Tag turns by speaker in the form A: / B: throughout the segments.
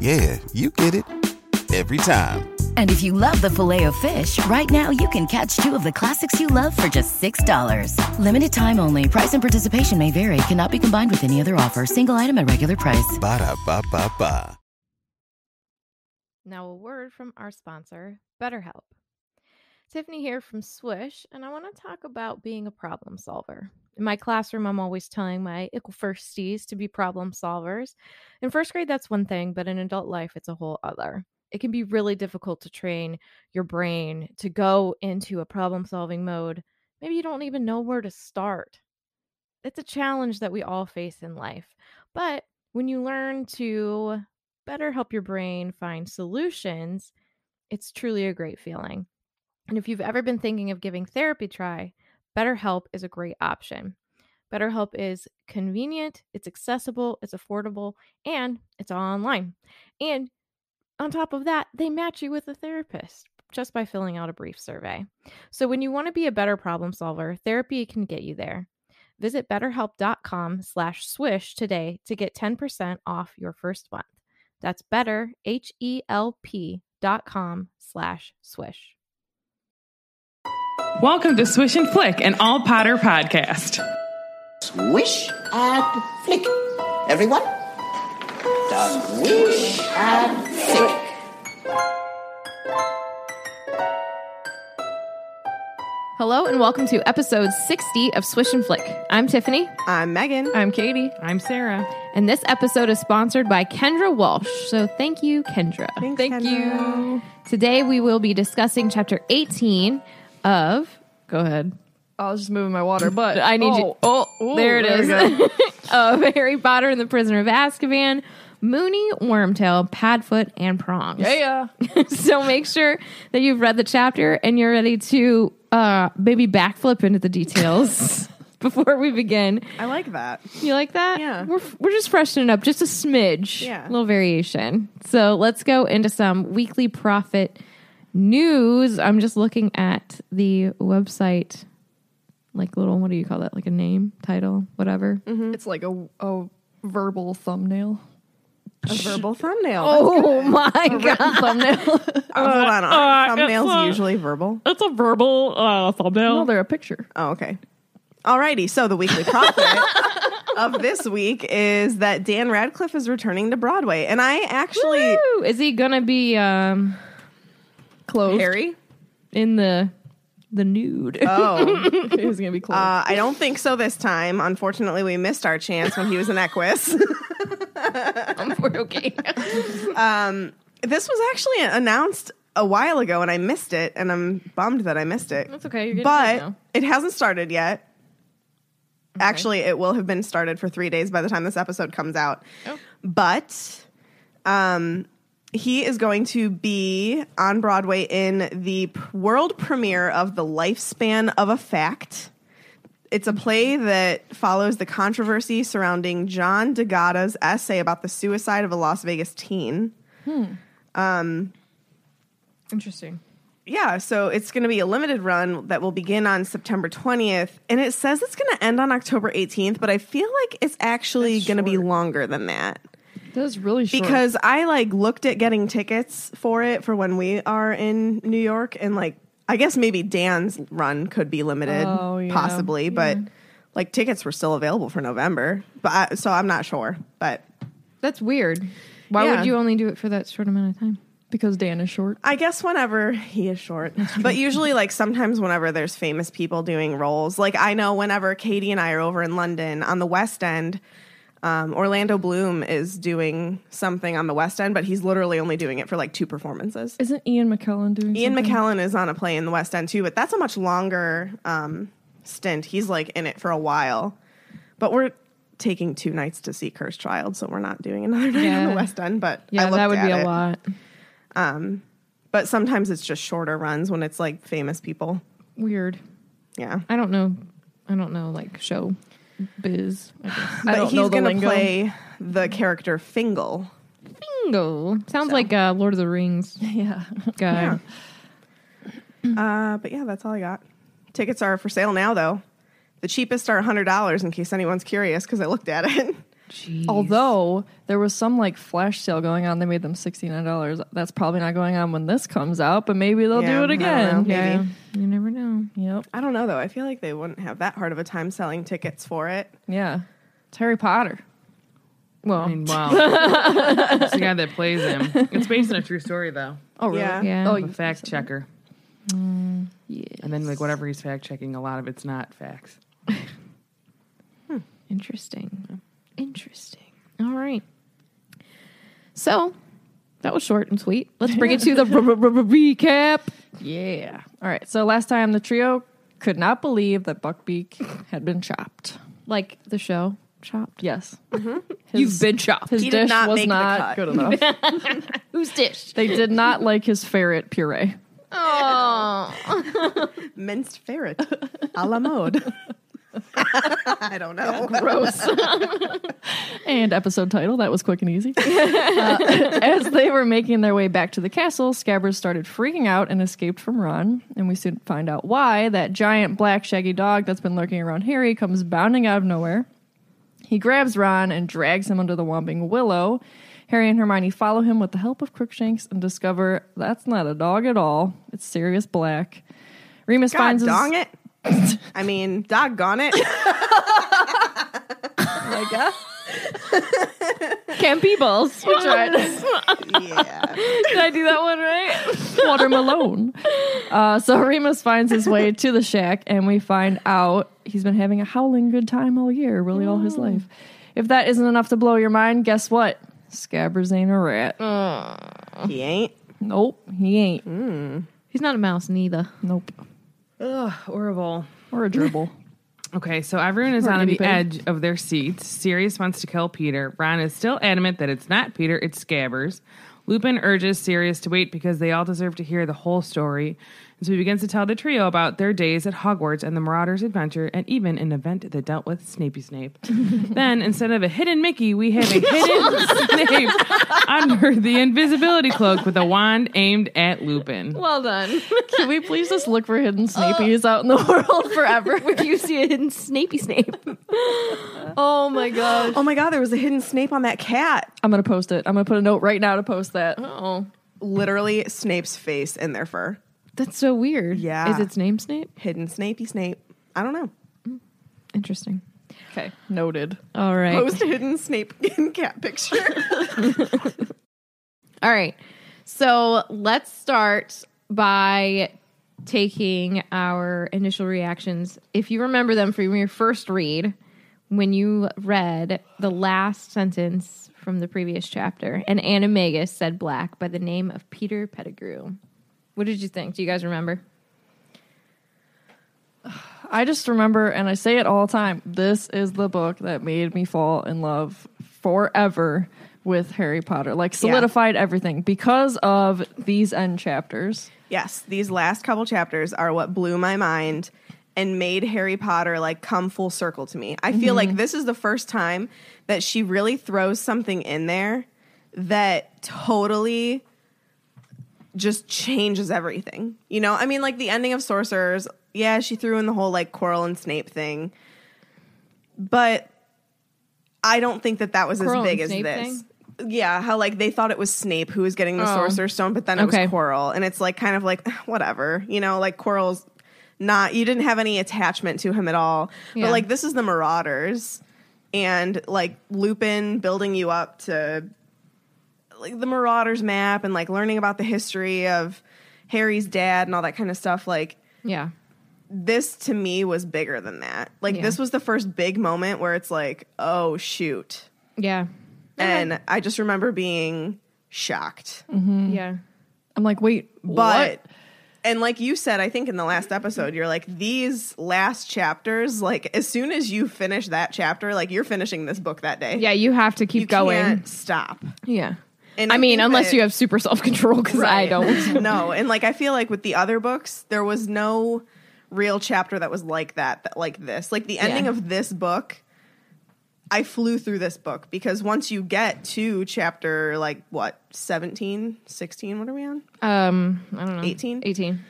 A: Yeah, you get it every time.
B: And if you love the filet of fish, right now you can catch two of the classics you love for just $6. Limited time only. Price and participation may vary. Cannot be combined with any other offer. Single item at regular price.
A: Ba da ba ba ba.
C: Now, a word from our sponsor, BetterHelp. Tiffany here from Swish, and I want to talk about being a problem solver. In my classroom, I'm always telling my ickle firsties to be problem solvers. In first grade, that's one thing, but in adult life, it's a whole other. It can be really difficult to train your brain to go into a problem solving mode. Maybe you don't even know where to start. It's a challenge that we all face in life. But when you learn to better help your brain find solutions, it's truly a great feeling. And if you've ever been thinking of giving therapy a try, BetterHelp is a great option. BetterHelp is convenient, it's accessible, it's affordable, and it's all online. And on top of that, they match you with a therapist just by filling out a brief survey. So when you want to be a better problem solver, therapy can get you there. Visit betterhelp.com slash swish today to get 10% off your first month. That's better, H-E-L-P dot com slash swish.
D: Welcome to Swish and Flick, an all Potter podcast.
E: Swish and flick. Everyone? Swish and flick.
C: Hello and welcome to episode 60 of Swish and Flick. I'm Tiffany.
F: I'm Megan.
G: I'm Katie.
H: I'm Sarah.
C: And this episode is sponsored by Kendra Walsh. So thank you, Kendra.
F: Thanks, Thank Kendra.
C: you. Today we will be discussing chapter 18 of. Go ahead.
G: I was just moving my water, but
C: I need you. Oh, ooh, there it is.
G: there we go.
C: of Harry Potter and the Prisoner of Azkaban, Mooney, Wormtail, Padfoot, and Prongs.
G: Yeah.
C: so make sure that you've read the chapter and you're ready to uh, maybe backflip into the details before we begin.
F: I like that.
C: You like that?
F: Yeah.
C: We're, we're just freshening up just a smidge.
F: Yeah.
C: A little variation. So let's go into some weekly profit news. I'm just looking at the website, like little, what do you call that? Like a name, title, whatever.
G: It's like a, a verbal thumbnail.
F: A verbal thumbnail.
C: Oh my God.
F: Oh, hold
G: uh,
F: on. Aren't thumbnails usually verbal.
H: It's a verbal uh, thumbnail.
G: No, they're a picture.
F: Oh, okay. Alrighty. So the weekly profit of this week is that Dan Radcliffe is returning to Broadway, and I actually
C: Woo! Is he gonna be um
G: Closed.
F: Harry.
C: in the the nude?
F: Oh,
G: It was gonna be closed.
F: uh, I don't think so this time. Unfortunately, we missed our chance when he was in Equus.
C: We're okay.
F: this was actually announced a while ago, and I missed it, and I'm bummed that I missed it.
C: That's okay. You're good
F: but it hasn't started yet. Actually, it will have been started for three days by the time this episode comes out. But um, he is going to be on Broadway in the p- world premiere of The Lifespan of a Fact. It's a play that follows the controversy surrounding John DeGada's essay about the suicide of a Las Vegas teen.
G: Interesting.
F: Yeah, so it's going to be a limited run that will begin on September 20th. And it says it's going to end on October 18th, but I feel like it's actually going to be longer than that.
G: That is really short.
F: because I like looked at getting tickets for it for when we are in New York and like I guess maybe Dan's run could be limited
G: Oh, yeah.
F: possibly but like tickets were still available for November but I, so I'm not sure but
C: That's weird. Why
F: Yeah.
C: would you only do it for that short amount of time?
G: because Dan is short.
F: I guess whenever he is short, but usually like sometimes whenever there's famous people doing roles, like I know whenever Katie and I are over in London on the West End, um, Orlando Bloom is doing something on the West End, but he's literally only doing it for like two performances.
G: Isn't Ian McKellen doing?
F: Ian
G: something?
F: McKellen is on a play in the West End too, but that's a much longer um, stint. He's like in it for a while, but we're taking two nights to see Cursed Child, so we're not doing another night on the
C: Yeah.
F: West End. But I
C: Yeah,
F: looked
C: that would
F: at
C: be a
F: it.
C: lot.
F: But sometimes it's just shorter runs when it's like famous people.
C: Weird.
F: Yeah.
C: I don't know. I don't know, like show biz. I guess.
F: But
G: don't
F: he's
G: know the
F: gonna
G: lingo.
F: play the character Fingal.
C: Bingo. Sounds like uh, Lord of the Rings
G: Yeah.
C: guy.
F: Uh, but yeah, that's all I got. Tickets are for sale now, though. The cheapest are hundred dollars. In case anyone's curious, because I looked at it.
G: Although there was some like flash sale going on, they made them sixty nine dollars. That's probably not going on when this comes out, but maybe they'll
F: Yeah,
G: do it
F: I don't
G: again.
F: know.
C: Yeah.
F: Maybe.
C: You never know.
G: Yep.
F: I don't know though. I feel like they wouldn't have that hard of a time selling tickets for it.
G: Yeah. It's Harry Potter.
C: Well,
I: I mean, wow. it's the guy that plays him. It's based on a true story, though.
G: Oh really?
F: Yeah.
C: yeah.
G: Oh,
I: A fact checker.
H: Mm,
I: yeah. And then, like, whatever he's fact checking, a lot of it's not facts.
C: Interesting. Interesting. All right. So that was short and sweet. Let's bring it to the r- r- r- recap.
G: Yeah. All right. So last time the trio could not believe that Buckbeak had been chopped.
C: Like the show chopped.
G: Yes.
C: You've been chopped.
G: His
F: Mm-hmm. He did
G: dish
F: not
G: was
F: make the
G: not
F: cut.
G: good enough.
C: Who's dish?
G: they did not like his ferret puree.
F: Minced ferret, a la mode. I don't know.
G: Gross. and episode title. That was quick and easy. Uh, as they were making their way back to the castle, Scabbers started freaking out and escaped from Ron. And we soon find out why that giant black shaggy dog that's been lurking around Harry comes bounding out of nowhere. He grabs Ron and drags him under the Whomping Willow. Harry and Hermione follow him with the help of Crookshanks and discover that's not a dog at all. It's Sirius Black. Remus
F: God
G: finds his-
F: dong it. I mean, doggone it.
C: Campy balls. We tried.
F: yeah.
C: Did I do that one right?
G: Walter Malone. Uh, so Remus finds his way to the shack, and we find out he's been having a howling good time all year, really all
C: Oh.
G: his life. If that isn't enough to blow your mind, guess what? Scabbers ain't a rat.
C: Mm.
F: He ain't.
G: Nope, he ain't.
C: He's not a mouse neither.
G: Nope.
I: Ugh, horrible.
G: Or a gerbil.
I: Okay, so everyone is
G: Or
I: on
G: guinea
I: the
G: pig.
I: edge of their seats. Sirius wants to kill Peter. Ron is still adamant that it's not Peter, it's Scabbers. Lupin urges Sirius to wait because they all deserve to hear the whole story. And so he begins to tell the trio about their days at Hogwarts and the Marauder's adventure, and even an event that dealt with Snapey Snape. then, instead of a hidden Mickey, we have a hidden Snape under the invisibility cloak with a wand aimed at Lupin.
C: Well done.
G: Can we please just look for hidden Snapeys out in the world forever?
C: Where do you see a hidden Snapey Snape? oh my gosh.
F: Oh my God, there was a hidden Snape on that cat.
G: I'm going to post it. I'm going to put a note right now to post that.
C: Oh,
F: Literally, Snape's face in their fur.
C: that's so weird.
F: Yeah.
C: Is its name Snape?
F: Hidden Snapey Snape. I don't know.
C: Interesting.
G: Okay, noted.
C: All right.
F: Post a hidden Snape and cat picture.
C: All right. So let's start by taking our initial reactions. If you remember them from your first read, when you read the last sentence from the previous chapter, and Anna Magus said black by the name of Peter Pettigrew. What did you think? Do you guys remember?
G: I just remember, and I say it all the time this is the book that made me fall in love forever with Harry Potter. Like, solidified everything because of these end chapters.
F: yes, these last couple chapters are what blew my mind and made Harry Potter like come full circle to me. I feel
C: Mm-hmm.
F: like this is the first time that she really throws something in there that totally just changes everything. You know, I mean, like the ending of Sorcerers, yeah, she threw in the whole like Quirrell and Snape thing, but I don't think that that was
C: Quirrell
F: as
C: and
F: big as
C: Snape
F: this.
C: thing?
F: yeah, how like they thought it was Snape who was getting the
G: Oh.
F: Sorcerer's Stone, but then it
G: Okay.
F: was Quirrell, and it's like kind of like whatever, you know, like Quirrell's not you didn't have any attachment to him at all.
G: Yeah.
F: But like this is the Marauders, and like Lupin building you up to like the Marauders map and like learning about the history of Harry's dad and all that kind of stuff. Like
G: Yeah.
F: this to me was bigger than that. Like
G: Yeah.
F: this was the first big moment where it's like, oh shoot.
G: Yeah.
F: And I just remember being shocked.
G: Yeah. I'm like, wait,
F: But and like you said, I think in the last episode, you're like, these last chapters, like as soon as you finish that chapter, like you're finishing this book that day.
G: yeah, you have to keep
F: You
G: going.
F: can't stop.
G: Yeah.
F: And
G: I mean,
F: think
G: unless
F: that-
G: you have super self control, because I
F: Right.
G: don't.
F: no, and like I feel like with the other books, there was no real chapter that was like that, that like this. Like the ending
G: Yeah.
F: of this book, I flew through this book because once you get to chapter like what, 17, 16, what are we on?
G: Um, I don't know.
F: 18?
G: 18.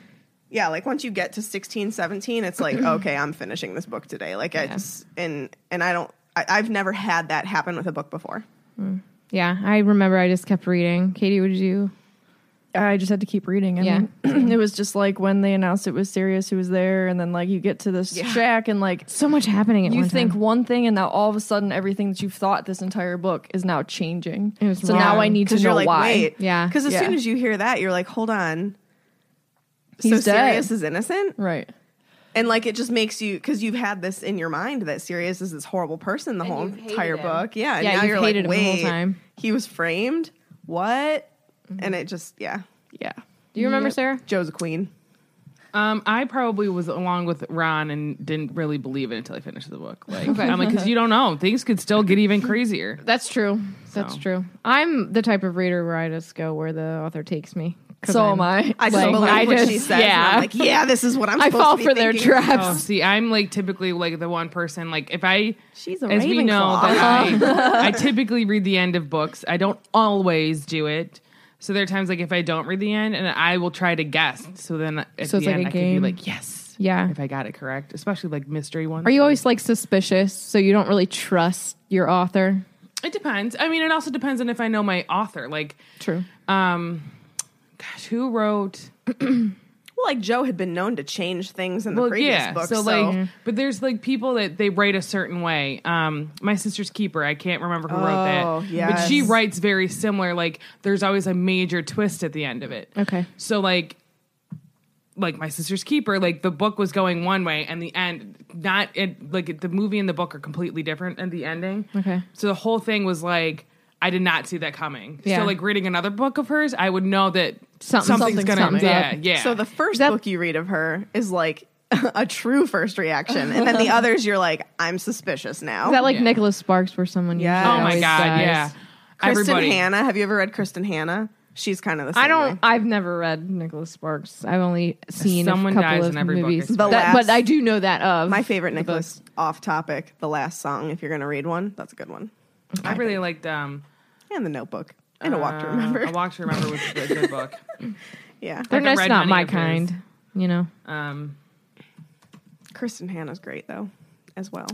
F: Yeah, like once you get to 16, 17, it's like, okay, I'm finishing this book today. Like I just and and I don't I, I've never had that happen with a book before.
C: Yeah, I remember I just kept reading. Katie, what did you?
G: I just had to keep reading. I
C: Yeah.
G: mean, it was just like when they announced it was Sirius who was there, and then like you get to this shack, and like
C: So much happening at
G: you
C: one
G: think
C: time.
G: one thing, and now all of a sudden everything that you've thought this entire book is now changing.
C: It was
G: so now
C: wrong.
G: I need to
F: Because
G: know
F: you're like,
G: why.
F: wait.
C: Yeah.
F: Because as
G: Yeah.
F: soon as you hear that, you're like, hold on.
G: He's
F: so
G: dead.
F: Sirius is innocent?
G: Right.
F: And like it just makes you because you've had this in your mind that Sirius is this horrible person the whole entire book. Yeah, and
C: Yeah,
F: now
C: you've
F: you're like,
C: hated him the whole
F: wait,
C: time." Mm-hmm.
F: he was framed. What? And it just yeah,
G: Yeah.
C: Do you remember, Sarah?
F: Joe's a queen.
I: Um, I probably was along with Ron and didn't really believe it until I finished the book. Like, I'm like, because you don't know, things could still get even crazier.
C: That's true. That's
I: So.
C: true. I'm the type of reader where I just go where the author takes me. 'Cause
G: So
C: I'm-
G: am I.
F: I just
C: Like,
F: believe
C: I
F: what she
C: just-
F: says. and
C: yeah.
F: I'm like yeah, this is what I'm.
C: I
F: supposed
C: fall
F: to be
C: for their
F: thinking.
I: Oh,
C: traps.
I: see, I'm like typically like the one person like if I
F: She's a
I: as we
F: Ravenclaw.
I: know that I, I typically read the end of books. I don't always do it. So there are times like if I don't read the end and I will try to guess. So then at
C: So it's
I: the
C: like
I: end
C: a
I: I can be
C: game?
I: like, yes.
C: Yeah.
I: If I got it correct, especially like mystery ones.
C: Are you always like suspicious? So you don't really trust your author?
I: It depends. I mean, it also depends on if I know my author. Like,
C: True.
I: um, gosh, who wrote?
F: Well, like Joe had been known to change things in the
I: Well,
F: previous
I: yeah.
F: book.
I: so,
C: Mm-hmm.
I: like, but there's like people that they write a certain way. Um, my sister's keeper. I can't remember who wrote that.
F: Oh,
I: But she
F: yes.
I: writes very similar. Like, there's always a major twist at the end of it.
C: Okay.
I: So like, like my sister's keeper. Like the book was going one way, and the end not it, like the movie and the book are completely different, and the ending.
C: Okay.
I: So the whole thing was like. I did not see that coming.
C: Yeah.
I: So, like reading another book of hers, I would know that
C: Something-
I: something's,
C: something's
I: gonna.
C: something's
I: yeah,
C: up.
I: yeah.
F: So the first
C: That-
F: book you read of her is like a true first reaction, and then the others you're like, I'm suspicious now.
C: Is that like
I: Yeah.
C: Nicholas Sparks where someone
F: Yeah.
C: usually
I: oh my
C: always
I: god,
C: dies?
I: yeah.
F: Kristen
I: Everybody.
F: Hannah. Have you ever read Kristen Hannah? She's kind of the same.
C: I don't.
F: way.
C: I've never read Nicholas Sparks. I've only seen
I: Someone
C: a couple
I: dies
C: of
I: in every book,
C: movies.
I: I
C: That-
F: swear.
C: but I do know that of
F: My favorite
C: the
F: Nicholas off topic, the last song, if you're going to read one, that's a good one.
I: I really liked um
F: And the notebook. And a walk to
I: uh,
F: remember.
I: A Walk to Remember was a good, good book.
F: yeah.
C: book. They're
I: Like,
C: just
I: I've read
C: not
I: many
C: my
I: of his.
C: kind. You know.
I: Um
F: Kristen Hannah's great, though, as well.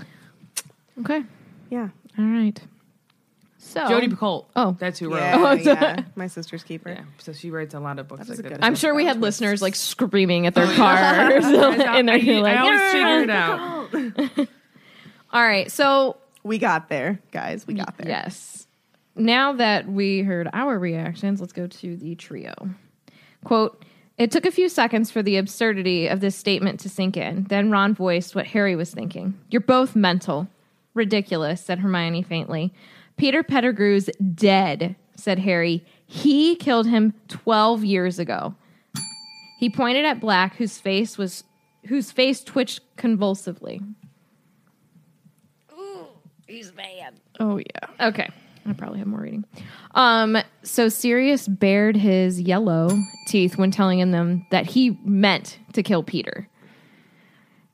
C: Okay.
F: Yeah.
C: All right. So
I: Jodi Picoult.
C: Oh.
I: that's who wrote.
F: Yeah, yeah. My sister's keeper.
I: Yeah, So she writes a lot of books
F: was
I: like
F: a
I: that.
F: good
C: I'm sure we had listeners like screaming at their cars in their
I: I,
C: like.
I: always
C: "Yeah."
I: figure it out.
C: All right. So
F: We got there, guys. We got there.
C: Yes. Now that we heard our reactions, let's go to the trio. Quote It took a few seconds for the absurdity of this statement to sink in. Then Ron voiced what Harry was thinking. You're both mental. Ridiculous, said Hermione faintly. Peter Pettigrew's dead, said Harry. He killed him 12 years ago. He pointed at Black, whose face was whose face twitched convulsively.
G: Oh yeah.
C: Okay. I probably have more reading. Um, so Sirius bared his yellow teeth when telling them that he meant to kill Peter.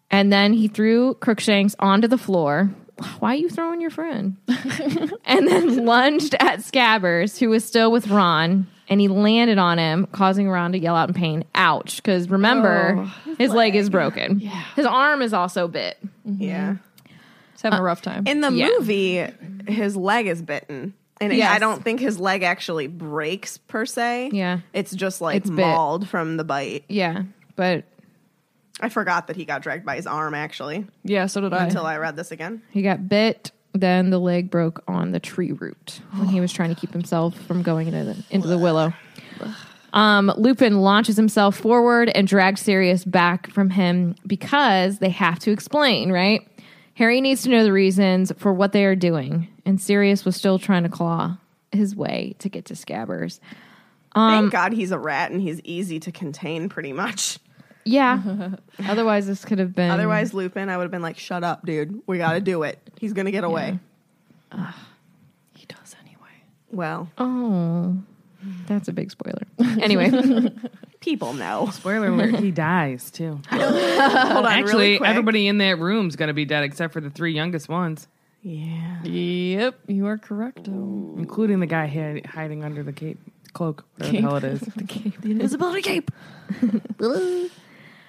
C: And then he threw Crookshanks onto the floor. Why are you throwing your friend? and then lunged at Scabbers, who was still with Ron, and he landed on him, causing Ron to yell out in pain. Ouch. Because remember, his, leg. is broken. His arm is also bit. Uh,
F: Yeah.
G: He's having a rough time.
F: In the
C: Yeah.
F: movie, his leg is bitten. And it-
C: Yes.
F: I don't think his leg actually breaks per se.
C: Yeah.
F: It's just like
C: It's bit.
F: mauled from the bite.
C: Yeah, but
F: I forgot that he got dragged by his arm actually
G: Yeah, so did I.
F: until I read this again.
C: he got bit. Then the leg broke on the tree root when he was trying to keep himself from going into the, into the willow. Um, Lupin launches himself forward and drags Sirius back from him because they have to explain, right? Harry needs to know the reasons for what they are doing, and Sirius was still trying to claw his way to get to Scabbers.
F: Thank God he's a rat and he's easy to contain pretty much.
C: Yeah. Otherwise, this could have been.
F: Otherwise, Lupin, I would have been like, shut up, dude. We got to do it. He's going to get away.
G: He does anyway.
F: Well,
C: Oh, that's a big spoiler. Anyway,
F: people know.
I: Spoiler alert, he dies too.
F: Hold on,
I: Actually,
F: really quick.
I: everybody in that room's going to be dead except for the three youngest ones,
F: Yeah.
G: Yep, you are correct. The
I: including the guy hid- hiding under the cape, cloak, whatever the hell it is.
G: invisibility cape. what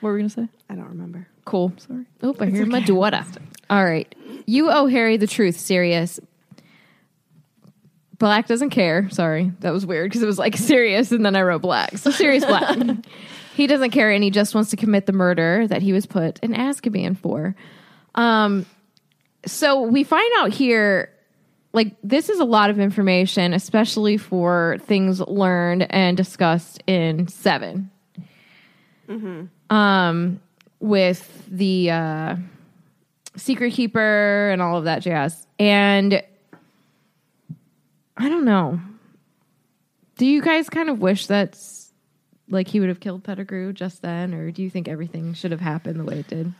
G: were we gonna say?
F: I don't remember.
C: cool. Sorry. Oop, I hear my daughter. All right. You owe Harry the truth, Sirius. Black doesn't care. Sorry. That was weird because it was like Sirius and then I wrote Black. So Sirius Black. he doesn't care and he just wants to commit the murder that he was put in Azkaban for. Um, so we find out here like this is a lot of information, especially for things learned and discussed in 7 Um, with the uh, secret keeper and all of that jazz. And I don't know. Do you guys kind of wish that's like he would have killed Pettigrew just then, or do you think everything should have happened the way it did?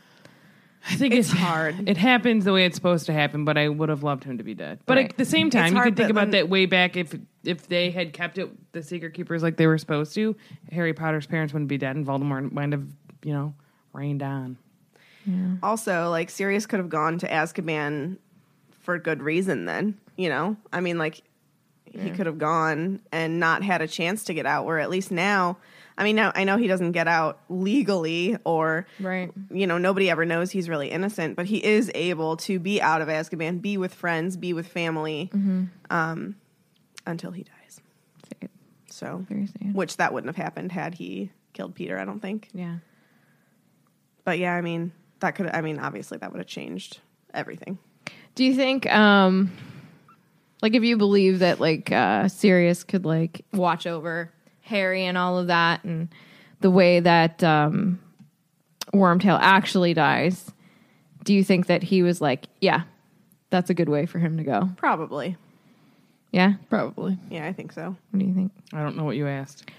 I: I think
F: It's hard.
I: It happens the way it's supposed to happen, but I would have loved him to be dead. But
C: Right.
I: at the same time, you
F: hard,
I: could think
F: but
I: about
F: then-
I: that way back if if they had kept it the secret keepers like they were supposed to, Harry Potter's parents wouldn't be dead and Voldemort might have, you know, rained on.
F: Also, like, Sirius could have gone to Azkaban for good reason then, you know? I mean, like, he could have gone and not had a chance to get out, where at least now, I mean, now I know he doesn't get out legally or
C: Right.
F: you know, nobody ever knows he's really innocent, but he is able to be out of Azkaban, be with friends, be with family um, until he dies.
C: Sad.
F: So,
C: Very sad.
F: which that wouldn't have happened had he killed Peter, I don't think.
C: Yeah.
F: But yeah, I mean, that could, I mean, obviously that would have changed everything.
C: Do you think, um, like, if you believe that, like, uh, Sirius could, like, watch over Harry and all of that, and the way that um, Wormtail actually dies, do you think that he was like, yeah, that's a good way for him to go?
F: Probably.
C: Yeah?
G: Probably.
F: Yeah, I think so.
C: What do you think?
I: I don't know what you asked.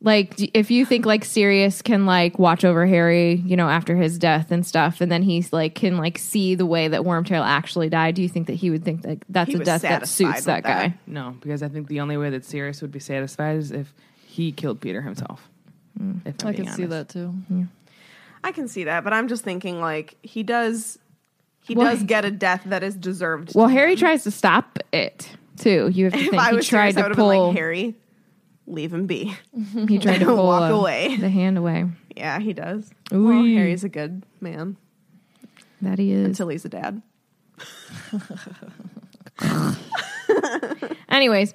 C: Like, do, if you think, like, Sirius can, like, watch over Harry, you know, after his death and stuff, and then he's, like, can, like, see the way that Wormtail actually died, do you think that he would think, like, that's
F: He
C: a
F: was
C: death that
F: satisfied
C: suits
F: with
C: that guy?
F: that.
I: No, because I think the only way that Sirius would be satisfied is if he killed Peter himself. If I'm
G: I can
I: being
G: see
I: honest.
G: that too.
F: I can see that, but I'm just thinking like he does, he
C: Well,
F: does get a death that is deserved.
C: Well, Harry tries to stop it too. You have to
F: if
C: think
F: I
C: he
F: was
C: tried
F: serious, I would
C: to
F: have been
C: pull.
F: like, Harry, leave him be.
C: he tried to pull
F: walk
C: uh,
F: away.
C: the hand away.
F: Yeah, he does. Well, Harry's a good man
C: That he is.
F: until he's a dad.
C: Anyways,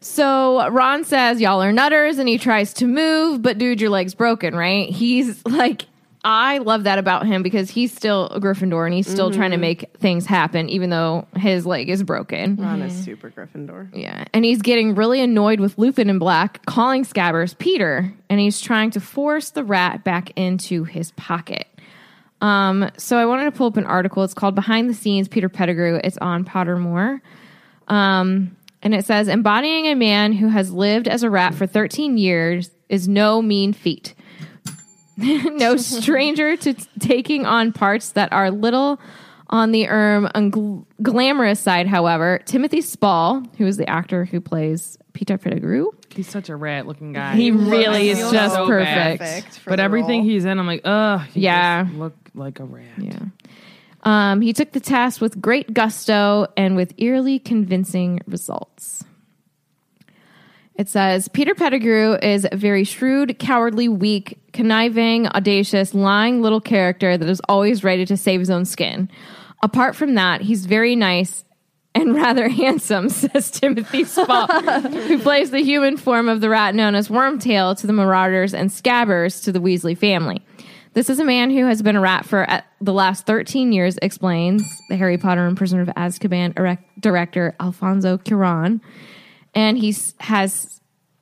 C: so Ron says y'all are nutters, and he tries to move, but dude, your leg's broken, right? He's like. I love that about him because he's still a Gryffindor and he's still trying
F: Mm-hmm.
C: to make things happen, even though his leg is broken.
F: Ron is super Gryffindor.
C: Yeah. And he's getting really annoyed with Lupin and Black, calling Scabbers Peter, and he's trying to force the rat back into his pocket. Um, so I wanted to pull up an article. It's called Behind the Scenes Peter Pettigrew. It's on Pottermore. Um, and it says embodying a man who has lived as a rat for 13 years is no mean feat. no stranger to t- taking on parts that are little on the erm ungl- glamorous side, however. Timothy Spall, who is the actor who plays Peter Pettigrew,
I: He's such a rat looking guy.
C: he really is
I: so
C: just
I: bad.
C: perfect.
F: Perfect for
I: but
F: the
I: everything
F: role.
I: he's in, I'm like, ugh, he
C: Yeah.
I: just look like a rat.
C: Yeah. Um, he took the task with great gusto and with eerily convincing results. It says Peter Pettigrew is a very shrewd, cowardly, weak, conniving, audacious, lying little character that is always ready to save his own skin. Apart from that, he's very nice and rather handsome, says Timothy Spall, who plays the human form of the rat known as Wormtail to the Marauders and Scabbers to the Weasley family. This is a man who has been a rat for uh, the last 13 years, explains the Harry Potter and Prisoner of Azkaban erect- director Alfonso Cuaron. And he s- has,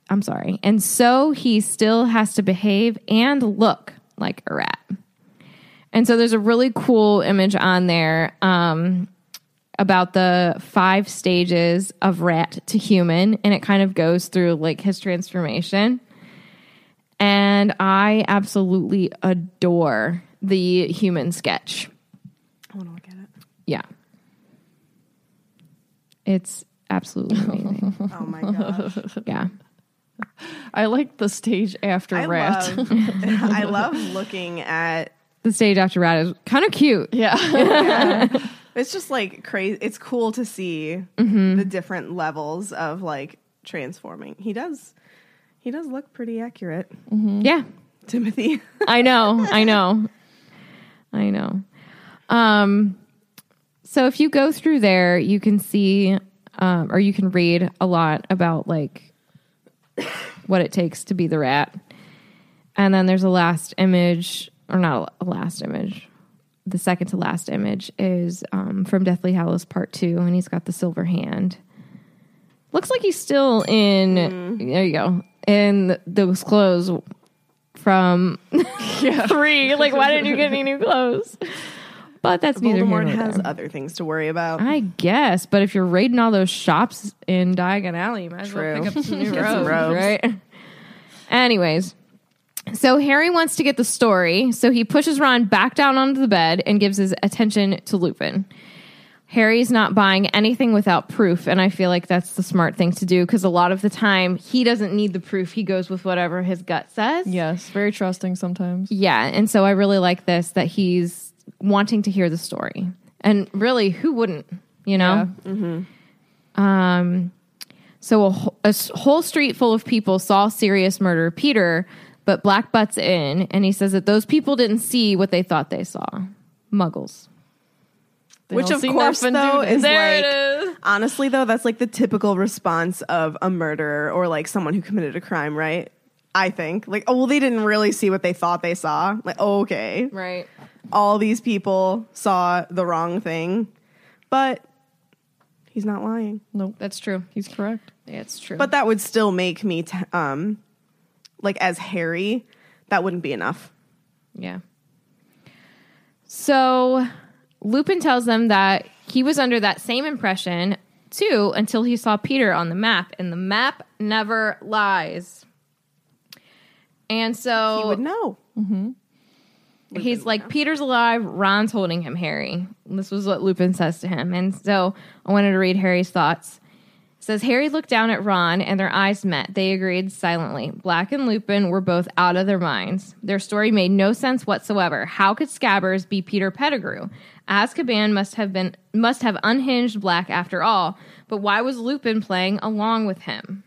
C: I'm sorry, and so he still has to behave and look like a rat. And so there's a really cool image on there um, about the five stages of rat to human, and it kind of goes through like his transformation. And I absolutely adore the human sketch.
F: Oh, I want to look at it.
C: Yeah. It's absolutely amazing.
F: Oh my gosh.
C: yeah.
G: I like the stage after
F: I
G: rat.
F: love, I love looking at
C: The stage after rat is kind of cute.
G: yeah.
F: It's just like crazy. It's cool to see
C: Mm-hmm.
F: the different levels of like transforming. He does, he does look pretty accurate,
C: Yeah.
F: Timothy.
C: I know, I know, I know. Um, so if you go through there, you can see um, or you can read a lot about like what it takes to be the rat. And then there's a last image, or not a last image. The second to last image is um, from Deathly Hallows Part Two, and he's got the silver hand. Looks like he's still in.
F: Mm-hmm.
C: There you go. In those clothes from three. Like, why didn't you get any new clothes? But that's neither here
F: Voldemort
C: nor
F: has
C: there.
F: other things to worry about.
C: I guess, but if you're raiding all those shops in Diagon Alley, you might as
F: True.
C: well pick up some new
F: Get
C: robes,
F: some robes.
C: right? Anyways, so Harry wants to get the story, so he pushes Ron back down onto the bed and gives his attention to Lupin. Harry's not buying anything without proof, and I feel like that's the smart thing to do because a lot of the time he doesn't need the proof; he goes with whatever his gut says.
G: yes. Very trusting sometimes.
C: Yeah, and so I really like this that he's wanting to hear the story. And really, who wouldn't, you know? Um so a, wh- a s- whole street full of people saw serious murder Peter, but Black butts in and he says that those people didn't see what they thought they saw. Muggles.
G: They
F: Which
G: don't
F: of
G: see
F: course
G: nothing, do
F: though
G: they?
F: is
C: There
F: like
C: it
F: honestly though that's like the typical response of a murderer or like someone who committed a crime, right? I think like oh well they didn't really see what they thought they saw. Like okay,
C: Right.
F: all these people saw the wrong thing, but he's not lying.
G: Nope.
C: That's true.
G: He's correct.
C: It's true.
F: But that would still make me, t- um, like as Harry, that wouldn't be enough.
C: Yeah. So Lupin tells them that he was under that same impression too until he saw Peter on the map, and the map never lies. And so
F: He would know.
C: he's like, Peter's alive, Ron's holding him, Harry. And This was what Lupin says to him. And so I wanted to read Harry's thoughts. It says Harry looked down at Ron and their eyes met. They agreed silently. Black and Lupin were both out of their minds. Their story made no sense whatsoever. How could Scabbers be Peter Pettigrew? Azkaban must have been must have unhinged Black after all, but why was Lupin playing along with him?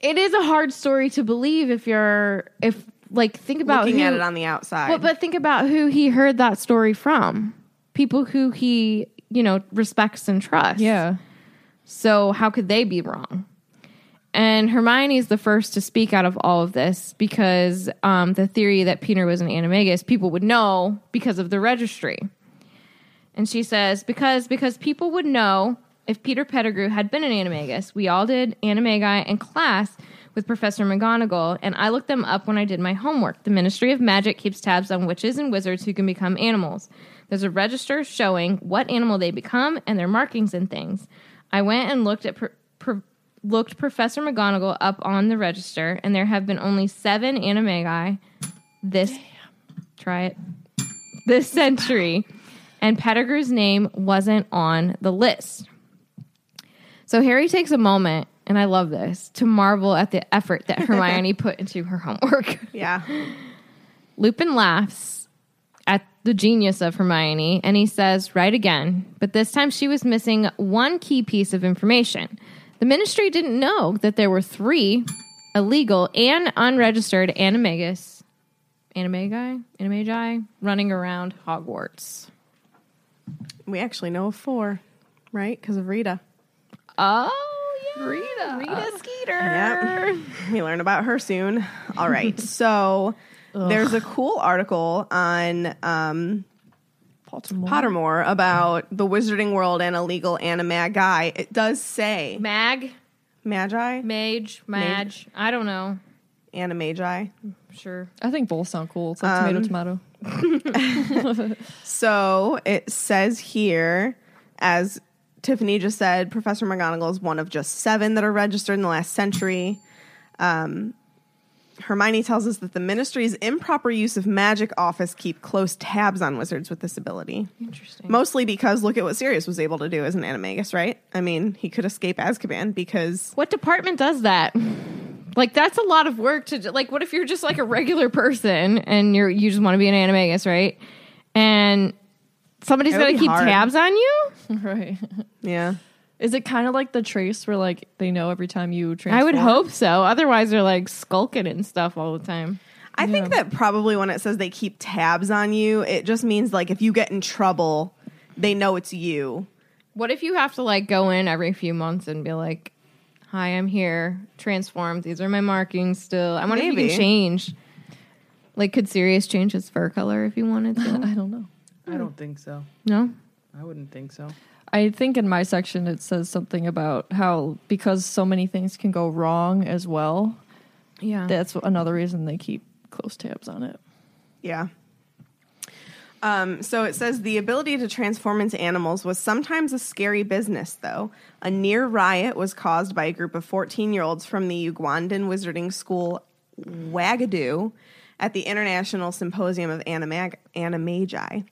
C: It is a hard story to believe if you're if like think about
F: Looking at
C: who-
F: it on the outside.
C: well, but think about who he heard that story from. People who he, you know, respects and trusts.
G: Yeah.
C: So how could they be wrong? And Hermione is the first to speak out of all of this because um, the theory that Peter was an animagus, people would know because of the registry. And she says, because because people would know if Peter Pettigrew had been an animagus. We all did animagi in class with Professor McGonagall, and I looked them up when I did my homework. The Ministry of Magic keeps tabs on witches and wizards who can become animals. There's a register showing what animal they become and their markings and things. I went and looked at pr- pr- looked Professor McGonagall up on the register, and there have been only seven animagi this try it this century, and Pettigrew's name wasn't on the list. So Harry takes a moment, and I love this, to marvel at the effort that Hermione put into her homework.
F: yeah,
C: Lupin laughs at the genius of Hermione and he says, Right again. But this time she was missing one key piece of information. The ministry didn't know that there were three illegal and unregistered animagus, animagi, animagi running around Hogwarts.
F: We actually know of four, right? Because of Rita.
G: Oh, yeah. Rita. Rita
F: Skeeter. Yep. We learn about her soon. All right. So there's a cool article on um,
G: Baltimore.
F: Pottermore about the Wizarding World and illegal animagi. It does say
C: Mag,
F: magi,
C: mage, madge. I don't know.
F: animagi.
C: Sure.
G: I think both sound cool. It's like
F: Um,
G: tomato, tomato.
F: So it says here, as Tiffany just said, Professor McGonagall is one of just seven that are registered in the last century. Um, Hermione tells us that the ministry's improper use of magic office keep close tabs on wizards with this ability. Interesting. Mostly because look at what Sirius was able to do as an animagus, right? I mean, he could escape Azkaban because
C: What department does that? Like that's a lot of work to do. like. What if you're just like a regular person and you're you just want to be an animagus, right? And somebody's
F: That would
C: got to
F: be
C: keep
F: hard.
C: tabs on you.
G: right.
F: yeah,
G: Is it kind of like the trace where like they know every time you transform?
C: I would hope so. Otherwise, they're like skulking and stuff all the time.
F: I think that probably when it says they keep tabs on you, it just means like if you get in trouble, they know it's you.
C: What if you have to like go in every few months and be like, "Hi, I'm here. Transformed. These are my markings. Still, I wonder if you
F: Maybe.
C: can change. Like, could Sirius change his fur color if he wanted to?
G: I don't know.
I: I don't think so.
C: no.
I: I wouldn't think so.
G: I think in my section it says something about how because so many things can go wrong as well.
C: Yeah.
G: That's another reason they keep close tabs on it.
F: Yeah. Um, so it says the ability to transform into animals was sometimes a scary business, though. A near riot was caused by a group of 14 year olds from the Ugandan Wizarding School, Wagadu, at the International Symposium of Animag- Animagi.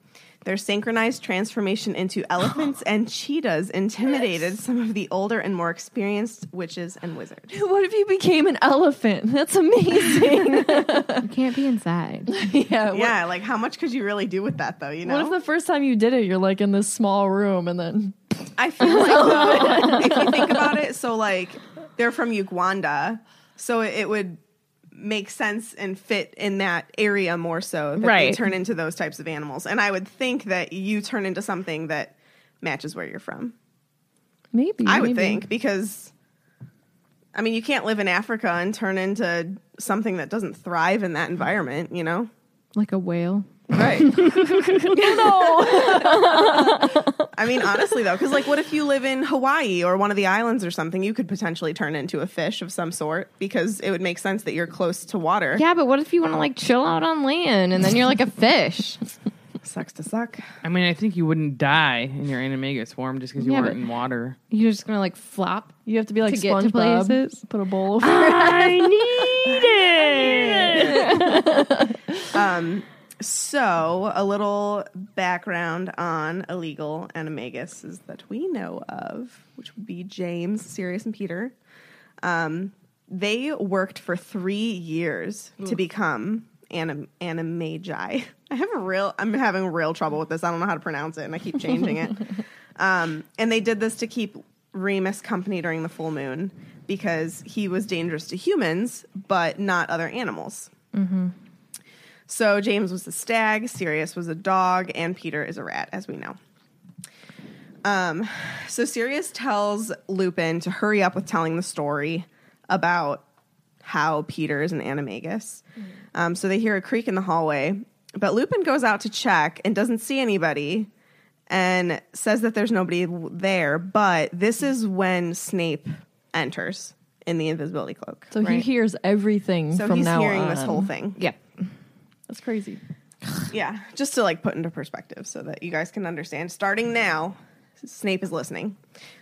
F: Their synchronized transformation into elephants and cheetahs intimidated some of the older and more experienced witches and wizards.
G: What if you became an elephant? That's amazing.
C: You can't be inside.
G: yeah. What,
F: Yeah, like how much could you really do with that, though? You know,
G: what if the first time you did it you're like in this small room and then
F: I feel like though, if you think about it, so like they're from Uganda, so it, it would make sense and fit in that area more so that they
C: Right.
F: turn into those types of animals. And I would think that you turn into something that matches where you're from.
G: maybe
F: I would
G: maybe.
F: think because I mean you can't live in Africa and turn into something that doesn't thrive in that environment, you know?
C: like a whale.
F: Right. I mean, honestly, though, because like, what if you live in Hawaii or one of the islands or something? You could potentially turn into a fish of some sort because it would make sense that you're close to water.
C: Yeah, but what if you want to like chill out on land and then you're like a fish?
F: Sucks to suck.
I: I mean, I think you wouldn't die in your animagus form just because you
C: Yeah,
I: weren't
C: but-
I: in water.
C: You're just gonna like flop.
G: you have to Ah, be like
C: to get to
G: SpongeBob.
C: places.
G: Put a bowl over. it.
F: So, a little background on illegal animagus is that we know of, which would be James, Sirius, and Peter. Um, they worked for three years to become anim- animagi. I have a real, I'm having real trouble with this. I don't know how to pronounce it, and I keep changing it. Um, and they did this to keep Remus company during the full moon because he was dangerous to humans, but not other animals. So James was a stag, Sirius was a dog, and Peter is a rat, as we know. Um, so Sirius tells Lupin to hurry up with telling the story about how Peter is an animagus.
G: Mm-hmm.
F: Um, so they hear a creak in the hallway, but Lupin goes out to check and doesn't see anybody and says that there's nobody w- there. But this is when Snape enters in the invisibility cloak.
G: So he
C: Right.
G: hears everything
F: So
G: from
F: he's
G: now
F: hearing
G: on.
F: this whole thing.
C: Yep.
G: That's crazy.
F: Yeah, just to like put into perspective so that you guys can understand. Starting now, Snape is listening.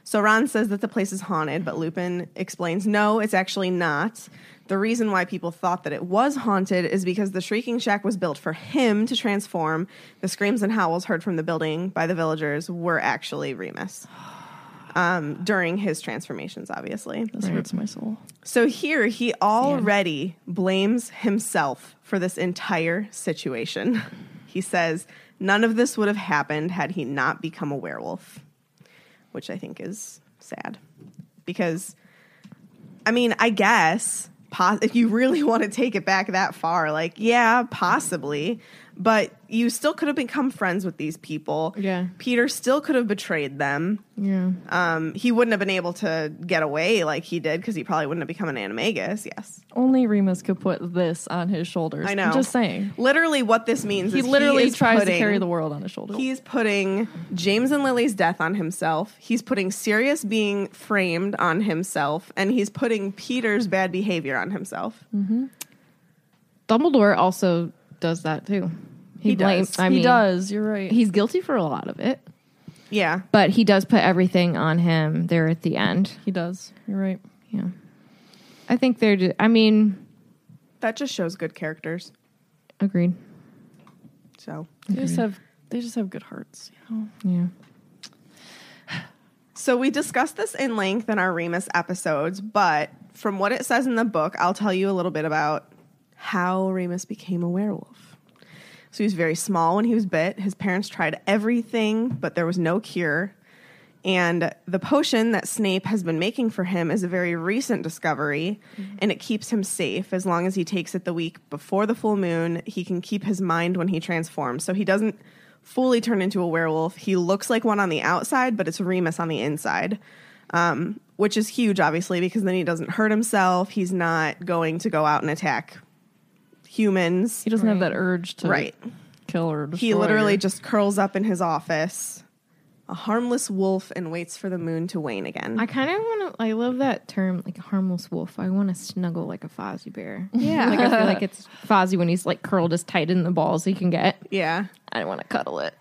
F: So Ron says that the place is haunted, but Lupin explains, no, it's actually not. The reason why people thought that it was haunted is because the Shrieking Shack was built for him to transform. The screams and howls heard from the building by the villagers were actually Remus um, during his transformations, obviously.
G: This hurts my soul.
F: So here he already blames himself for this entire situation. He says, none of this would have happened had he not become a werewolf, which I think is sad. Because, I mean, I guess pos- if you really want to take it back that far, like, yeah, possibly. but you still could have become friends with these people.
C: Yeah.
F: Peter still could have betrayed them.
C: Yeah.
F: Um, he wouldn't have been able to get away like he did because he probably wouldn't have become an animagus. Yes.
G: Only Remus could put this on his shoulders.
F: I know.
G: I'm just saying.
F: Literally, what this means
G: He
F: is
G: literally
F: is
G: tries to
F: putting-
G: carry the world on his shoulders.
F: He's putting James and Lily's death on himself. He's putting Sirius being framed on himself, and he's putting Peter's bad behavior on himself.
C: Dumbledore also does that too. He,
F: He
C: blames.
F: does.
C: I
G: he
C: mean,
G: does. You're right.
C: He's guilty for a lot of it,
F: Yeah,
C: but he does put everything on him there at the end.
G: he does. You're right.
C: Yeah. I think they're. ju- I mean,
F: that just shows good characters.
C: agreed.
F: So,
G: They just have they just have good hearts. You know?
C: Yeah.
F: so we discussed this in length in our Remus episodes, but from what it says in the book, I'll tell you a little bit about how Remus became a werewolf. So he was very small when he was bit. His parents tried everything, but there was no cure. And the potion that Snape has been making for him is a very recent discovery, and it keeps him safe as long as he takes it the week before the full moon. He can keep his mind when he transforms, so he doesn't fully turn into a werewolf. He looks like one on the outside, but it's Remus on the inside, um, which is huge, obviously, because then he doesn't hurt himself. He's not going to go out and attack humans.
G: He doesn't have that urge to
F: Right.
G: kill or destroy.
F: He literally
G: or-
F: just curls up in his office, a harmless wolf, and waits for the moon to wane again.
C: I kind of want to. I love that term, like harmless wolf. I want to snuggle like a Fozzie bear.
F: Yeah.
C: like I feel like it's Fozzie when he's like curled as tight in the balls he can get.
F: yeah.
C: I want to cuddle it.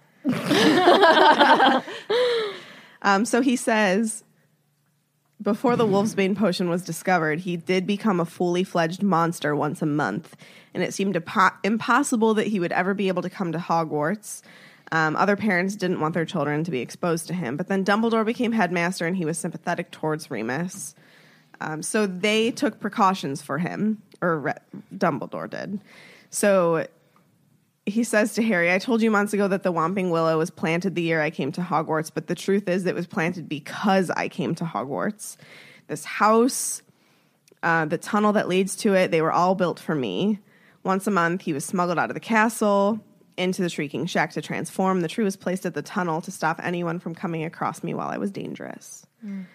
F: Um, so he says, before the Wolfsbane potion was discovered, he did become a fully fledged monster once a month, and it seemed impo- impossible that he would ever be able to come to Hogwarts. Um, other parents didn't want their children to be exposed to him, but then Dumbledore became headmaster, and he was sympathetic towards Remus. Um, so they took precautions for him, or Re- Dumbledore did. So he says to Harry, I told you months ago that the Whomping Willow was planted the year I came to Hogwarts, but the truth is it was planted because I came to Hogwarts. This house, uh, the tunnel that leads to it, they were all built for me. Once a month, he was smuggled out of the castle into the Shrieking Shack to transform. The tree was placed at the tunnel to stop anyone from coming across me while I was dangerous.
C: Mm.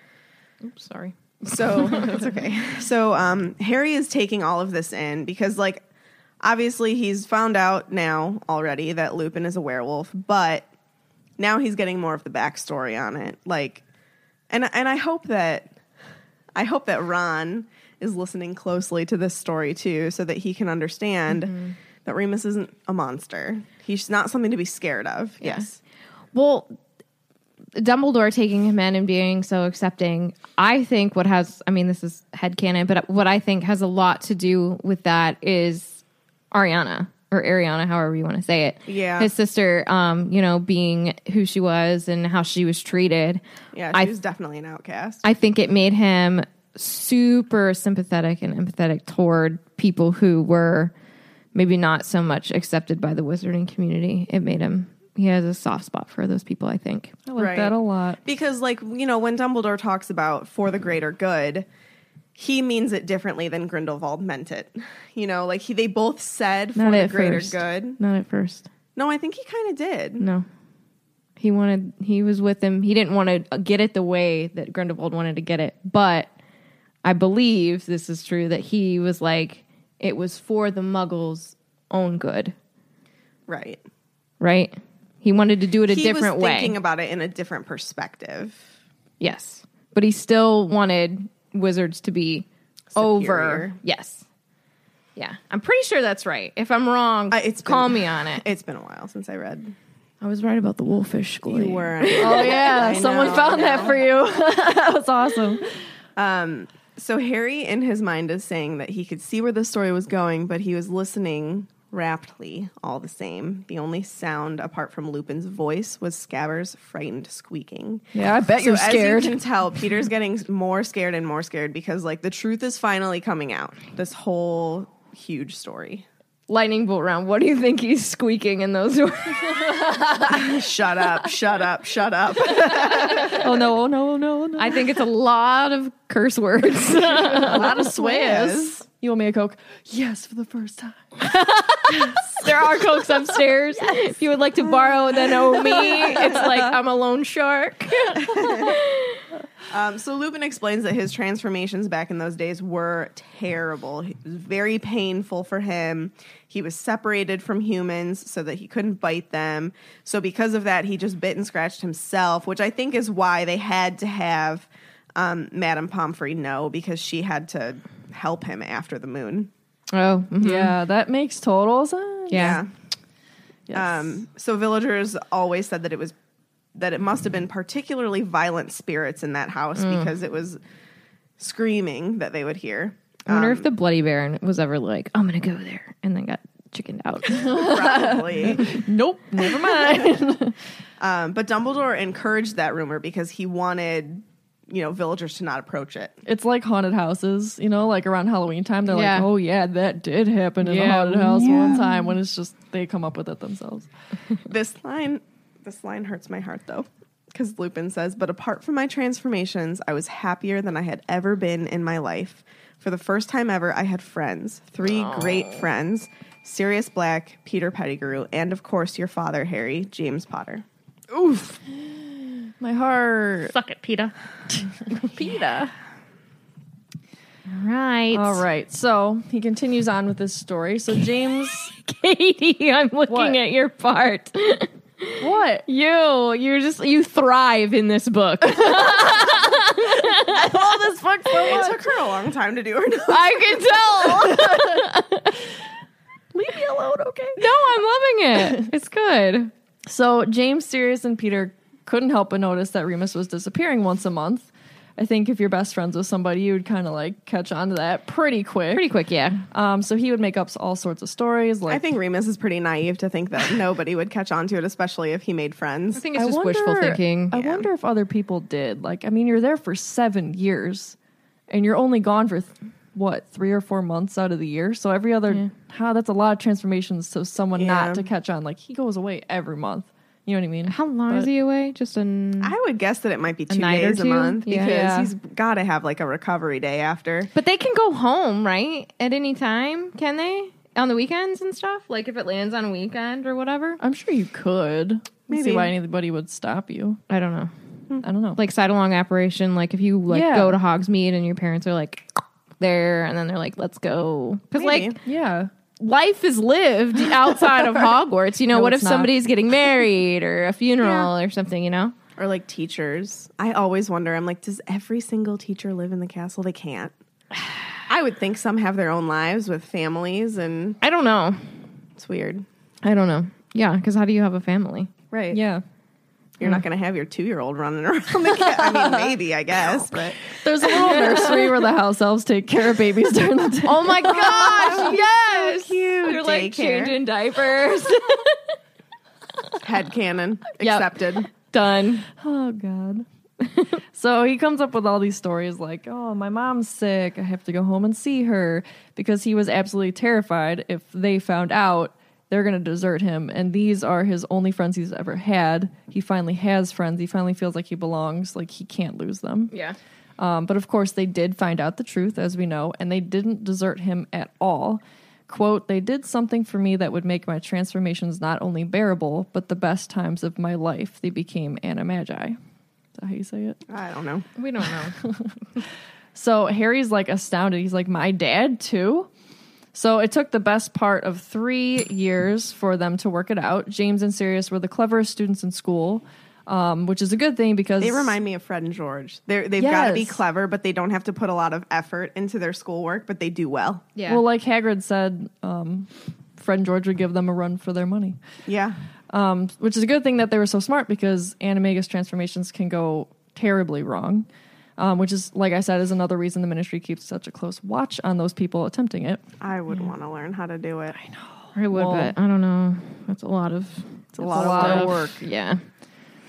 C: Oops, sorry.
F: So it's okay. So um, Harry is taking all of this in because, like, obviously he's found out now already that Lupin is a werewolf, but now he's getting more of the backstory on it. Like, and and I hope that I hope that Ron is listening closely to this story too, so that he can understand that Remus isn't a monster. He's not something to be scared of. Yes.
C: Well, Dumbledore taking him in and being so accepting, I think what has, I mean, this is headcanon, but what I think has a lot to do with that is Ariana or Ariana, however you want to say it.
F: Yeah.
C: His sister, um, you know, being who she was and how she was treated.
F: Yeah,
C: I
F: she was definitely an outcast.
C: I think it made him super sympathetic and empathetic toward people who were maybe not so much accepted by the wizarding community. It made him he has a soft spot for those people, I think.
G: I like
F: Right.
G: that a lot.
F: because like you know when dumbledore talks about for the greater good he means it differently than grindelwald meant it you know like he they both said for
C: Not
F: the
C: at
F: greater
C: first.
F: good
C: Not at first.
F: no i think he kind of did
C: No. He wanted he was with him. He didn't want to get it the way that Grindelwald wanted to get it, but I believe this is true that he was like it was for the muggles' own good,
F: right
C: right? He wanted to do it a
F: he
C: different
F: was
C: way.
F: thinking about it in a different perspective
C: Yes. But he still wanted wizards to be over.
F: Superior.
C: Yes. Yeah. I'm pretty sure that's right. If I'm wrong,
F: I- it's
C: call
F: been-
C: me on it.
F: it's been a while since i read
C: I was right about the wolfish glory.
F: were
G: Oh yeah, someone found that for you. that was awesome.
F: so harry in his mind is saying that he could see where the story was going but he was listening raptly all the same the only sound apart from lupin's voice was scabber's frightened squeaking
G: Yeah, I bet
F: so As you can tell, Peter's getting more scared and more scared because like the truth is finally coming out. This whole huge story.
C: lightning bolt round. What do you think he's squeaking in those doors?
F: shut up, shut up, shut up.
G: Oh no! Oh no! Oh no! Oh, no.
C: I think it's a lot of curse words.
G: a lot of
F: swears.
G: You owe me a coke. Yes, for the first time.
C: there are cokes upstairs. If you would like to borrow and then owe me, it's like I'm a lone shark.
F: Um, so Lupin explains that his transformations back in those days were terrible. It was very painful for him. He was separated from humans so that he couldn't bite them. So because of that, he just bit and scratched himself, which I think is why they had to have um, Madame Pomfrey know because she had to help him after the moon.
C: Oh,
G: Yeah, that makes total sense.
C: yeah.
G: Yes.
F: Um, so villagers always said that it was that it must have been particularly violent spirits in that house because it was screaming that they would hear.
C: I wonder if the Bloody Baron was ever like, I'm gonna go there, and then got chickened out.
F: Probably.
G: nope. Never mind.
F: um, but Dumbledore encouraged that rumor because he wanted, you know, villagers to not approach it.
G: it's like haunted houses, you know, like around Halloween time. They're
C: Yeah.
G: like, oh yeah, that did happen in a
I: Yeah.
G: haunted house one time. When it's just they come up with it themselves.
F: This line, this line hurts my heart though. Because Lupin says, but apart from my transformations, I was happier than I had ever been in my life. For the first time ever, I had friends, three great friends Sirius Black, Peter Pettigrew, and of course, your father, Harry, James Potter.
G: My heart.
H: Suck it, Peta.
G: Peta.
C: right.
G: All right. So he continues on with this story. So James,
C: Katie, I'm looking
G: What?
C: at your part.
G: what?
C: You, you just you thrive in this book.
F: It took her a long time to do her notes.
C: I can tell.
G: Leave me alone, okay?
C: No, I'm loving it. It's good.
G: So James, Sirius, and Peter couldn't help but notice that Remus was disappearing once a month. I think if you're best friends with somebody, you would kind of like catch on to that pretty quick.
C: Pretty quick, yeah.
G: Um, so he would make up all sorts of stories. Like
F: I think Remus is pretty naive to think that nobody would catch on to it, especially if he made friends.
C: I think it's just wishful thinking.
G: I wonder if other people did. Like, I mean, you're there for seven years, and you're only gone for th- what three or four months out of the year. So every other how that's a lot of transformations. So someone
F: Yeah.
G: not to catch on. Like he goes away every month. You know what I mean?
C: How long is
G: But-
C: he away? Just an.
F: I would guess that it might be two
C: night or
F: days a
C: two?
F: month
C: Yeah.
F: because
C: Yeah.
F: he's got to have like a recovery day after.
C: but they can go home, right? At any time, can they? On the weekends and stuff? Like if it lands on a weekend or whatever?
G: I'm sure you could. Maybe. See
F: Maybe.
G: why anybody would stop you.
C: I don't know.
G: I don't know.
C: Hmm. Like sidelong apparition, like if you like
G: Yeah.
C: go to Hogsmeade and your parents are like there and then they're like, let's go. Because
F: Maybe.
C: like
G: yeah.
C: life is lived outside of Hogwarts. You know,
G: No,
C: what if
G: it's not.
C: somebody's getting married or a funeral or something, you know?
F: Or like teachers. I always wonder, I'm like, does every single teacher live in the castle? They can't. I would think some have their own lives with families, and
C: I don't know.
F: it's weird.
C: I don't know. Yeah, because how do you have a family?
F: Right. Yeah.
G: Yeah.
F: You're
C: Mm.
F: not going to have your two year old running around the castle. I mean, maybe, I guess, but
G: There's a little nursery where the house elves take care of babies during the day.
C: Oh my gosh, yes!
F: cute.
C: They're like
F: daycare.
C: changing diapers.
F: Head cannon
C: Yep.
F: accepted.
C: Done.
G: Oh God. so he comes up with all these stories like, oh, my mom's sick. I have to go home and see her because he was absolutely terrified if they found out they're going to desert him. And these are his only friends he's ever had. He finally has friends. He finally feels like he belongs. Like he can't lose them.
C: Yeah.
G: Um, but of course, they did find out the truth, as we know, and they didn't desert him at all. Quote, they did something for me that would make my transformations not only bearable, but the best times of my life. They became animagi. Is that how you say it?
F: I don't know.
C: We don't know.
G: So Harry's like astounded. He's like, My dad, too? So it took the best part of three years for them to work it out. James and Sirius were the cleverest students in school, um, which is a good thing because
F: They remind me of Fred and George. They're, they've got to be
G: Yes.
F: clever, but they don't have to put a lot of effort into their schoolwork, but they do well.
C: Yeah.
G: Well, like Hagrid said, um, Fred and George would give them a run for their money,
F: Yeah.
G: um, which is a good thing that they were so smart because animagus transformations can go terribly wrong, um, which is, like I said, is another reason the ministry keeps such a close watch on those people attempting it.
F: I would want to learn how to do it.
C: I would,
G: well-
C: but I don't know. That's a lot of. It's a
G: lot of
C: work. Yeah.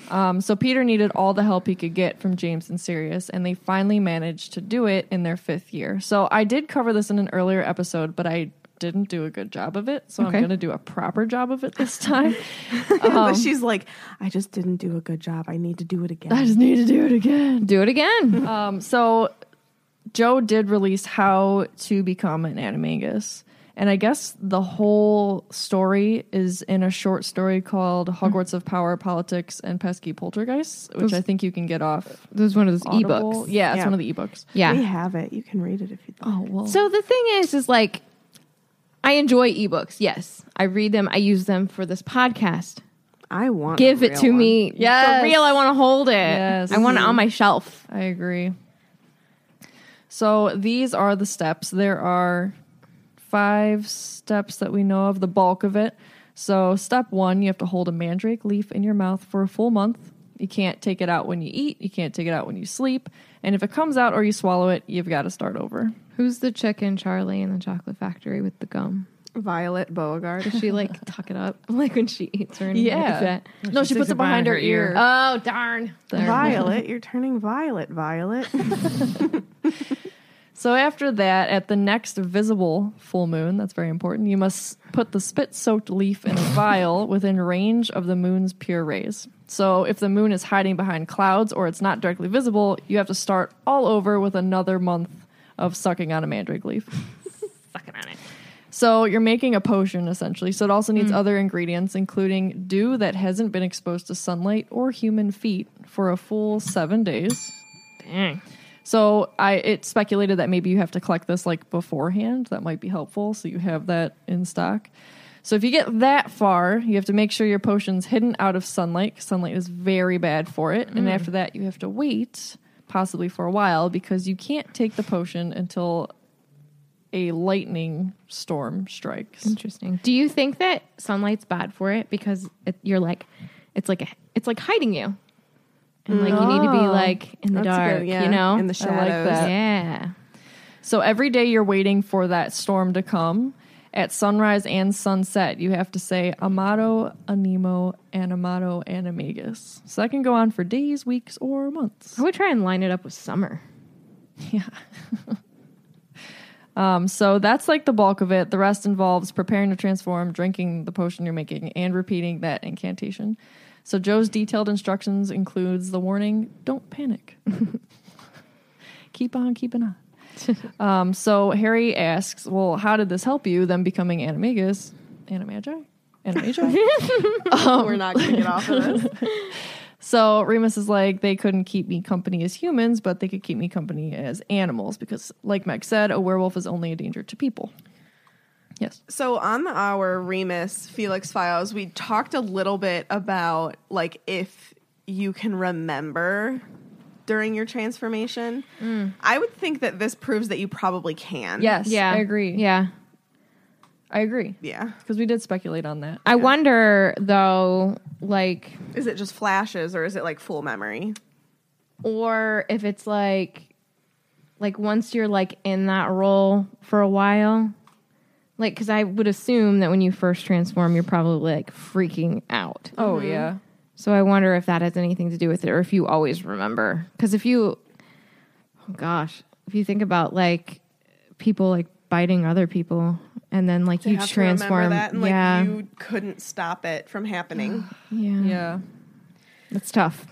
G: Um, so Peter needed all the help he could get from James and Sirius, and they finally managed to do it in their fifth year. So I did cover this in an earlier episode, but I didn't do a good job of it, so
F: Okay.
G: I'm going to do a proper job of it this time.
F: but
C: Oh.
G: Um,
F: she's like, I just didn't do a good job. I need to do it again.
G: I
C: Uh,
G: just need to do it again. Do it again. um, so Joe did release how to become an animagus. And I guess the whole story is in a short story called Hogwarts of Power, Politics, and Pesky Poltergeists, which
C: Those-
G: I think you can get off.
C: There's one of those
G: Audible.
C: ebooks.
G: Yeah, it's one of the ebooks.
C: Yeah.
F: We have it. You can read it if you'd like.
G: Oh, well.
C: So the thing is, is like, I enjoy ebooks. Yes, I read them. I use them for this podcast.
F: I want.
C: Give it to me.
G: Yes.
C: For real, I want to hold it.
G: Yes.
C: I want it on my shelf.
G: I agree. So these are the steps. There are five steps that we know of, the bulk of it. So, step one, you have to hold a mandrake leaf in your mouth for a full month. You can't take it out when you eat, you can't take it out when you sleep. And if it comes out or you swallow it, you've got to start over.
C: Who's the chicken Charlie in the chocolate factory with the gum?
F: Violet Beauregard.
C: Does she like tuck it up like when she eats or anything
G: Yeah.
C: like that?
G: No, Oh, she, puts it behind her, ear.
C: Oh darn!
F: Violet, you're turning violet, Violet.
G: So after that, at the next visible full moon, that's very important, you must put the spit soaked leaf in a vial within range of the moon's pure rays. So if the moon is hiding behind clouds or it's not directly visible, you have to start all over with another month of sucking on a mandrake leaf.
C: Sucking on it. Mm.
G: So you're making a potion essentially. So it also needs other ingredients, including dew that hasn't been exposed to sunlight or human feet for a full seven days.
C: Dang.
G: So I it speculated that maybe you have to collect this like beforehand. That might be helpful, so you have that in stock. So if you get that far, you have to make sure your potion's hidden out of sunlight. 'cause Sunlight is very bad for it, and after that, you have to wait possibly for a while because you can't take the potion until a lightning storm strikes.
C: Interesting. Do you think that sunlight's bad for it because it, you're like, it's like a, it's like hiding you, and like you need to be
G: Oh.
C: like in the
F: That's good,
C: dark,
F: yeah.
C: you know,
F: In the
G: I like
F: shadows.
G: that.
C: Yeah.
G: So every day you're waiting for that storm to come. At sunrise and sunset, you have to say Amato, Animo, Animato, Animagus. So that can go on for days, weeks, or months.
C: I would try and line it up with summer.
G: Um, so that's like the bulk of it. The rest involves preparing to transform, drinking the potion you're making, and repeating that incantation. So Joe's detailed instructions includes the warning: don't panic. Keep on keeping on. Um, so Harry asks, "Well, how did this help you? Them becoming animagus, animagi, animagi?"
F: We're not going to get off of this.
G: so Remus is like, "They couldn't keep me company as humans, but they could keep me company as animals because, like Meg said, a werewolf is only a danger to people." Yes.
F: So on the our Remus Felix files, we talked a little bit about like if you can remember during your transformation. I would think that this proves that you probably can.
G: Yes.
C: Mm. Yeah,
G: I agree.
C: Yeah.
G: I agree.
F: Yeah.
G: Because we did speculate on that.
C: I wonder though, like,
F: Is it just flashes or is it like full memory?
C: or if it's like, like once you're like in that role for a while, like, because I would assume that when you first transform, you're probably like freaking out.
G: Oh yeah.
C: So I wonder if that has anything to do with it or if you always remember. Because if you, oh gosh, if you think about like people like biting other people and then like
F: To
C: you
F: have to
C: transform.
F: remember that and
C: yeah.
F: like you couldn't stop it from happening.
C: yeah.
G: Yeah.
C: That's tough.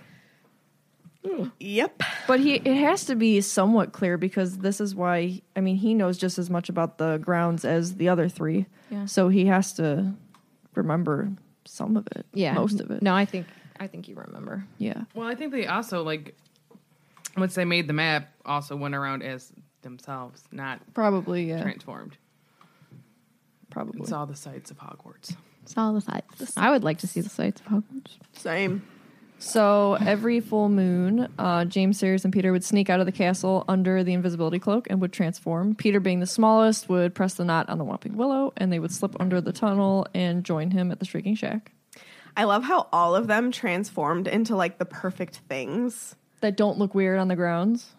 F: yep.
G: But he it has to be somewhat clear because this is why I mean he knows just as much about the grounds as the other three.
C: Yeah.
G: So he has to remember some of it.
C: Yeah.
G: Most of it.
C: No, I think, I think you remember.
G: Yeah.
I: Well, I think they also like once they made the map, also went around as themselves, not
G: Probably, yeah.
I: transformed.
G: Probably.
I: It's all the sites of Hogwarts.
C: It's all the sights. I would like to see the sights of Hogwarts.
F: Same.
G: So every full moon, uh, James, Sirius, and Peter would sneak out of the castle under the invisibility cloak and would transform. Peter, being the smallest, would press the knot on the Whopping Willow, and they would slip under the tunnel and join him at the Shrieking Shack.
F: I love how all of them transformed into like the perfect things.
G: That don't look weird on the grounds.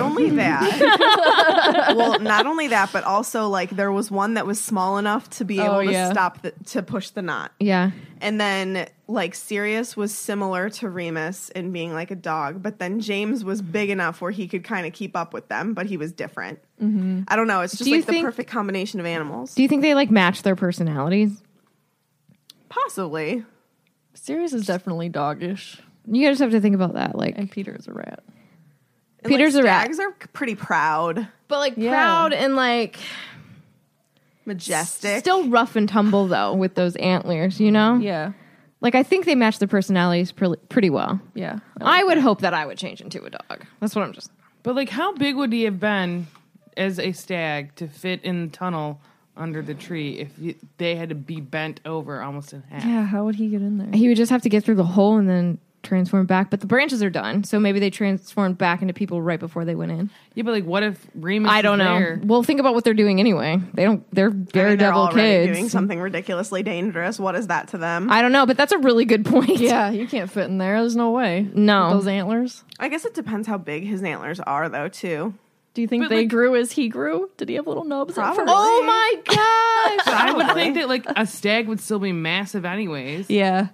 F: only that, well, not only that, but also like there was one that was small enough to be
C: Oh,
F: able to
C: yeah.
F: stop the, to push the knot.
C: Yeah.
F: And then like Sirius was similar to Remus in being like a dog, but then James was big enough where he could kind of keep up with them, but he was different.
C: Mm-hmm.
F: I don't know. It's just
C: Do you
F: like the
C: think-
F: perfect combination of animals.
C: Do you think they like match their personalities?
F: Possibly.
G: Sirius is definitely doggish.
C: You guys have to think about that. Like,
G: and Peter is a rat.
F: And,
C: Peter's
F: like,
C: a rat.
F: Stags are pretty proud,
C: but like proud and like
F: majestic.
C: still rough and tumble though with those antlers, you know?
G: Yeah.
C: Like I think they match the personalities pre- pretty well.
G: Yeah.
C: I would hope that I would change into a dog. That's what I'm just.
I: But like, how big would he have been as a stag to fit in the tunnel under the tree if you, they had to be bent over almost in half?
G: Yeah, how would he get in there?
C: He would just have to get through the hole and then transform back. But the branches are done, so maybe they transformed back into people right before they went in.
I: Yeah, but like, what if Remus?
C: I don't
I: is
C: know.
I: there?
C: Well, think about what they're doing anyway. They don't. They're
F: I mean, they're
C: daredevil
F: already
C: kids.
F: doing something ridiculously dangerous. What is that to them?
C: I don't know, but that's a really good point.
G: Yeah, you can't fit in there. There's no way.
C: No.
G: With those antlers.
F: I guess it depends how big his antlers are, though. Too.
G: Do you think
I: But,
G: they
I: like-
G: grew as he grew? Did he have little nubs? at
F: Probably.
G: first?
C: Oh my gosh!
I: I would think that like a stag would still be massive, anyways.
G: Yeah.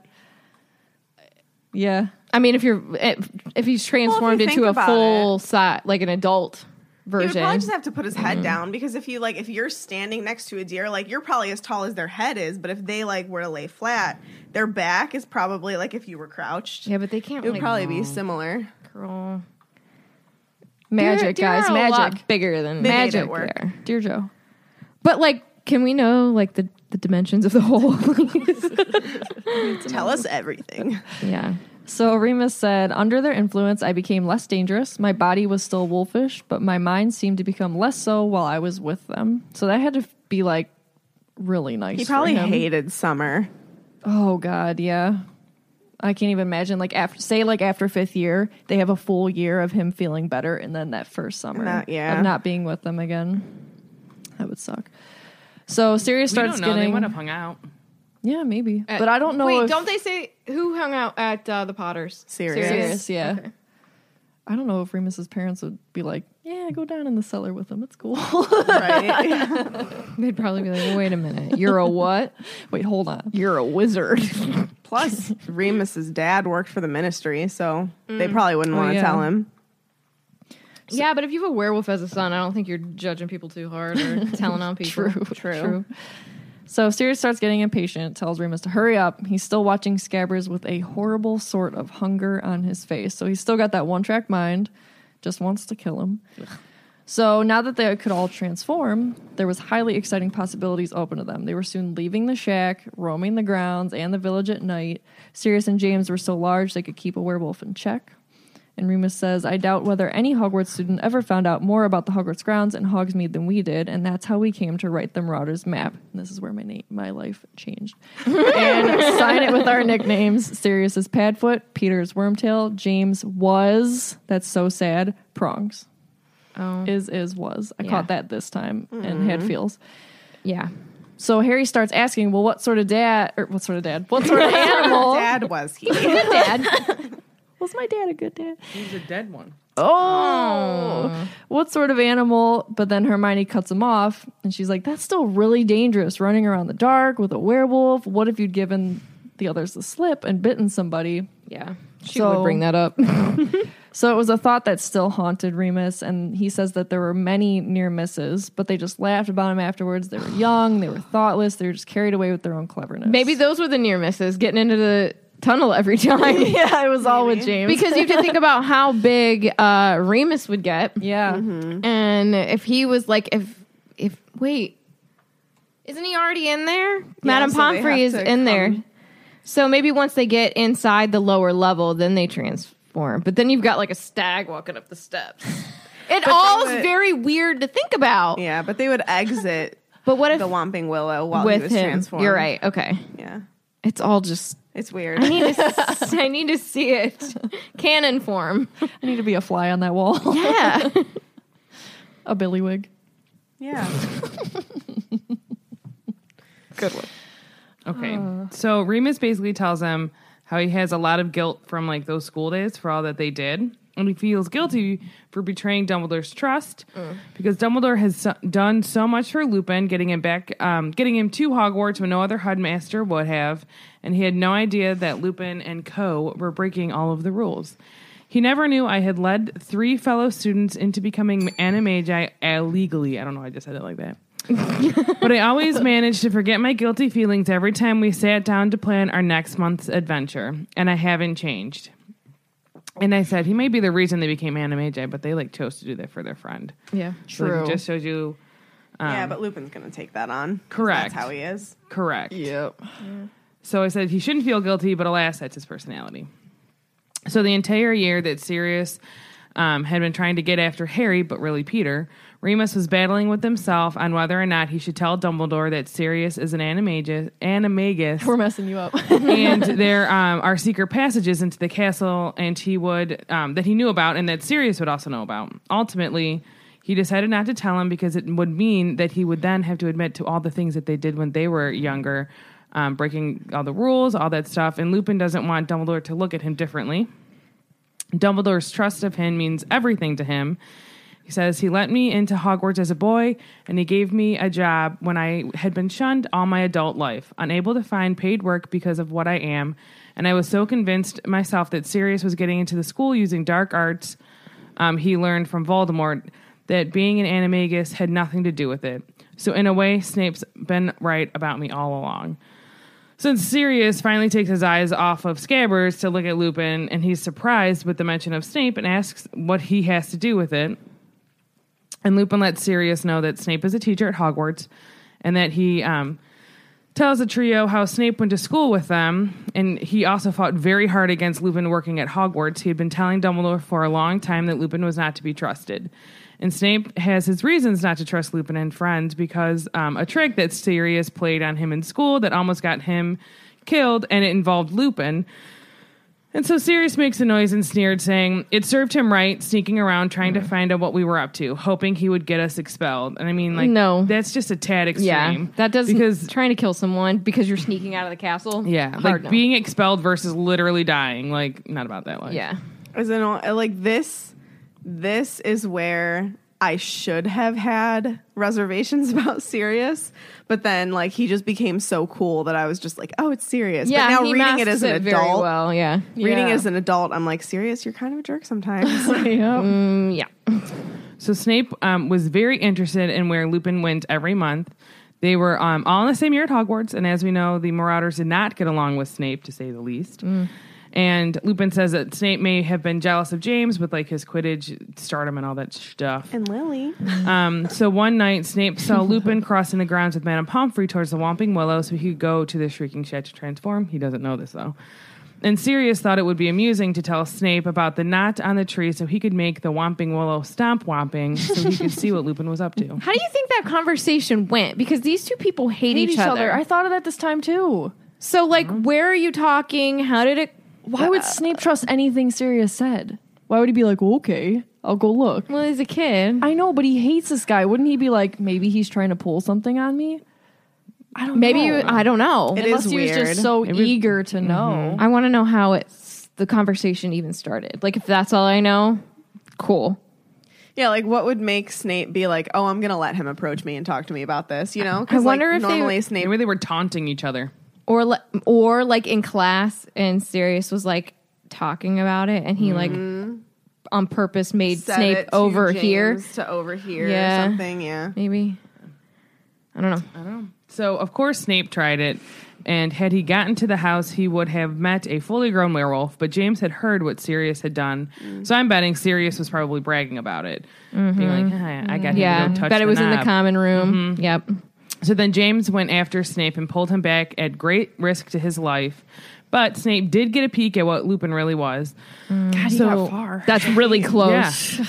G: Yeah.
C: I mean, if you're
G: eh,
C: if, if he's transformed
F: think
C: into a
F: about
C: full size, like an adult
F: He would
C: version,
F: probably just have to put his
C: Mm-hmm.
F: head down because if you like, if you're standing next to a deer, like you're probably as tall as their head is. But if they like were to lay flat, their back is probably like if you were crouched.
C: yeah, but they can't.
F: It would
C: like,
F: probably be similar.
C: girl.
G: Magic,
C: Deer- deer
G: guys.
C: are a
G: Magic.
C: lot bigger than
F: They made it
C: magic
F: work.
C: there.
G: Dear Joe.
C: But like, can we know like the the dimensions of the hole?
F: Tell us everything.
C: yeah.
G: So Remus said, Under their influence, I became less dangerous. My body was still wolfish, but my mind seemed to become less so while I was with them. So that had to be like really nice.
F: He probably
G: for him.
F: hated summer.
G: Oh God, yeah. I can't even imagine. Like after, say, like after fifth year, they have a full year of him feeling better, and then that first summer
F: That- yeah.
G: of not being with them again. That would suck. So Sirius
I: We
G: starts
I: don't know. They
G: getting,
I: might have hung out.
G: yeah, maybe, but I don't know.
C: Uh, Wait,
G: if-
C: don't they say who hung out at uh, the Potters?
F: Serious.
G: Sirius, yeah. I don't know if Remus's parents would be like, "Yeah, go down in the cellar with them. It's cool."
F: Right?
C: They'd probably be like, "Wait a minute, you're a what?
G: Wait, hold on.
C: You're a wizard."
F: Plus, Remus's dad worked for the ministry, so they
J: Mm.
F: probably
J: Oh,
F: wouldn't want to
G: yeah.
F: tell him.
C: yeah, but if you have a werewolf as a son, I don't think you're judging people too hard or telling on people.
G: True, true. So Sirius starts getting impatient, tells Remus to hurry up. He's still watching Scabbers with a horrible sort of hunger on his face. So he's still got that one track mind, just wants to kill him. So now that they could all transform, there was highly exciting possibilities open to them. They were soon leaving the shack, roaming the grounds and the village at night. Sirius and James were so large they could keep a werewolf in check. And Remus says, I doubt whether any Hogwarts student ever found out more about the Hogwarts grounds and Hogsmeade than we did, and that's how we came to write the Marauders map. And this is where my name, my life changed. and sign it with our nicknames. Sirius is Padfoot, Peter's Wormtail, James was, that's so sad, Prongs.
C: Oh,
G: Is, is, was. I
C: Yeah. Mm-hmm.
G: caught that this time and had feels.
C: yeah.
G: So Harry starts asking, well, what sort of dad, or what sort of dad, what sort of animal
F: Dad was he?
G: dad. Was my dad a good dad?
I: He's a dead one.
G: Oh, what sort of animal? But then Hermione cuts him off and she's like, that's still really dangerous running around the dark with a werewolf. What if you'd given the others the slip and bitten somebody?
C: Yeah. She
G: So-
C: would bring that up.
G: So it was a thought that still haunted Remus, and he says that there were many near misses, but they just laughed about him afterwards. They were young, they were thoughtless, they were just carried away with their own cleverness.
C: Maybe those were the near misses, getting into the tunnel every time.
G: yeah, it was all with James.
C: Because you have to think about how big uh, Remus would get.
G: yeah,
C: And if he was like, if, if, wait, isn't he already in there? Madame
F: so they have
C: Pomfrey is
F: to
C: in
F: come-
C: there. So maybe once they get inside the lower level, then they transform. But then you've got like a stag walking up the steps. It all is
F: would-
C: very weird to think about.
F: Yeah, but they would exit
C: But what if
F: the Whomping Willow while he
C: with
F: was
C: him?
F: transformed.
C: You're right. Okay.
F: Yeah,
C: It's all just
F: it's weird.
C: I need to, s- I need to see it. Canon form.
G: I need to be a fly on that wall,
C: Yeah.
G: a billywig.
F: yeah,
G: Good one.
I: Okay. So Remus basically tells him how he has a lot of guilt from like those school days for all that they did. And and he feels guilty for betraying Dumbledore's trust because Dumbledore has so- done so much for Lupin, getting him back, um, getting him to Hogwarts when no other headmaster would have, and he had no idea that Lupin and Co. were breaking all of the rules. He never knew I had led three fellow students into becoming animagi illegally. I don't know. I just said it like that but I always managed to forget my guilty feelings every time we sat down to plan our next month's adventure, and I haven't changed. And I said he may be the reason they became animagi, but they like chose to do that for their friend.
J: Yeah,
I: So, like, it just shows you.
F: yeah,
I: um,
F: but Lupin's going to take that on. 'cause
I: Correct.
F: That's how he is.
I: Correct. Yep. So I said he shouldn't feel guilty, but alas, that's his personality. So the entire year that Sirius um, had been trying to get after Harry, but really Peter, Remus was battling with himself on whether or not he should tell Dumbledore that Sirius is an animagus. animagus
G: We're messing you up.
I: and there um, are secret passages into the castle, and he would um, that he knew about, and that Sirius would also know about. Ultimately, he decided not to tell him because it would mean that he would then have to admit to all the things that they did when they were younger, um, breaking all the rules, all that stuff. And Lupin doesn't want Dumbledore to look at him differently. Dumbledore's trust of him means everything to him. He says, He let me into Hogwarts as a boy, and he gave me a job when I had been shunned all my adult life, unable to find paid work because of what I am. And I was so convinced myself that Sirius was getting into the school using dark arts um, he learned from Voldemort that being an animagus had nothing to do with it. So, in a way, Snape's been right about me all along. Since Sirius finally takes his eyes off of Scabbers to look at Lupin, and he's surprised with the mention of Snape and asks what he has to do with it. And Lupin lets Sirius know that Snape is a teacher at Hogwarts and that he um, tells the trio how Snape went to school with them, and he also fought very hard against Lupin working at Hogwarts. He had been telling Dumbledore for a long time that Lupin was not to be trusted. And Snape has his reasons not to trust Lupin and friends because um, a trick that Sirius played on him in school that almost got him killed, and it involved Lupin. And so Sirius makes a noise and sneered, saying, It served him right, sneaking around, trying to find out what we were up to, hoping he would get us expelled. And I mean, like,
J: No.
I: that's just a tad extreme.
J: Yeah, that doesn't
I: Because
J: trying to kill someone because you're sneaking out of the castle.
I: yeah,
J: hard
I: like
J: no.
I: being expelled versus literally dying. Like, not about that life.
J: yeah.
F: As in, all- like this, this is where I should have had reservations about Sirius, but then like he just became so cool that I was just like, oh, it's Sirius.
J: Yeah,
F: but now
J: he
F: reading it
J: masks
F: as an
J: it very
F: adult,
J: well, yeah.
F: reading it
J: Yeah.
F: as an adult, I'm like, Sirius, you're kind of a jerk sometimes.
J: Mm, yeah.
I: So Snape um, was very interested in where Lupin went every month. They were um, all in the same year at Hogwarts, and as we know, the Marauders did not get along with Snape, to say the least.
J: Mm.
I: And Lupin says that Snape may have been jealous of James with like his Quidditch stardom and all that stuff.
F: and Lily,
I: Um, so one night, Snape saw Lupin crossing the grounds with Madame Pomfrey towards the Whomping Willow so he could go to the Shrieking Shed to transform. He doesn't know this, though. And Sirius thought it would be amusing to tell Snape about the knot on the tree so he could make the Whomping Willow stomp whomping so he could see what Lupin was up to.
J: How do you think that conversation went? Because these two people hate,
G: Hate
J: each, other.
G: I thought of that this time too.
J: so, like, where are you talking? How did it?
G: Why would Snape trust anything Sirius said? Why would he be like, okay, I'll go look?
J: Well, he's a kid.
G: I know, but he hates this guy. Wouldn't he be like, maybe he's trying to pull something on me? I don't
J: Maybe
G: know.
J: you, I don't know.
F: It
G: Unless
F: is
G: he was
F: weird.
G: just so eager to know.
J: I want to know how it's the conversation even started. Like, if that's all I know, cool.
F: yeah, like what would make Snape be like, oh, I'm gonna let him approach me and talk to me about this, you know?
J: I wonder
F: like,
J: if they-
F: normally Snape
I: Where they were taunting each other.
J: Or, li- or like in class, and Sirius was like talking about it, and he
G: Mm. Mm-hmm.
J: like on purpose made
F: said
J: Snape
F: it to
J: over
F: James
J: here.
F: to over here
J: Yeah.
F: or something. Yeah,
J: Maybe I don't know.
I: So, of course, Snape tried it, and had he gotten to the house, he would have met a fully grown werewolf. But James had heard what Sirius had done,
J: Mm.
I: so I'm betting Sirius was probably bragging about it, being like, "Huh, "I got
J: Mm-hmm. Yeah,
I: him to go touch
J: bet it
I: the
J: was in the
I: knob."
J: common room. Yep.
I: So then James went after Snape and pulled him back at great risk to his life. But Snape did get a peek at what Lupin really was.
G: Mm. God, he
I: So-
G: got far.
J: That's really close.
I: Yeah.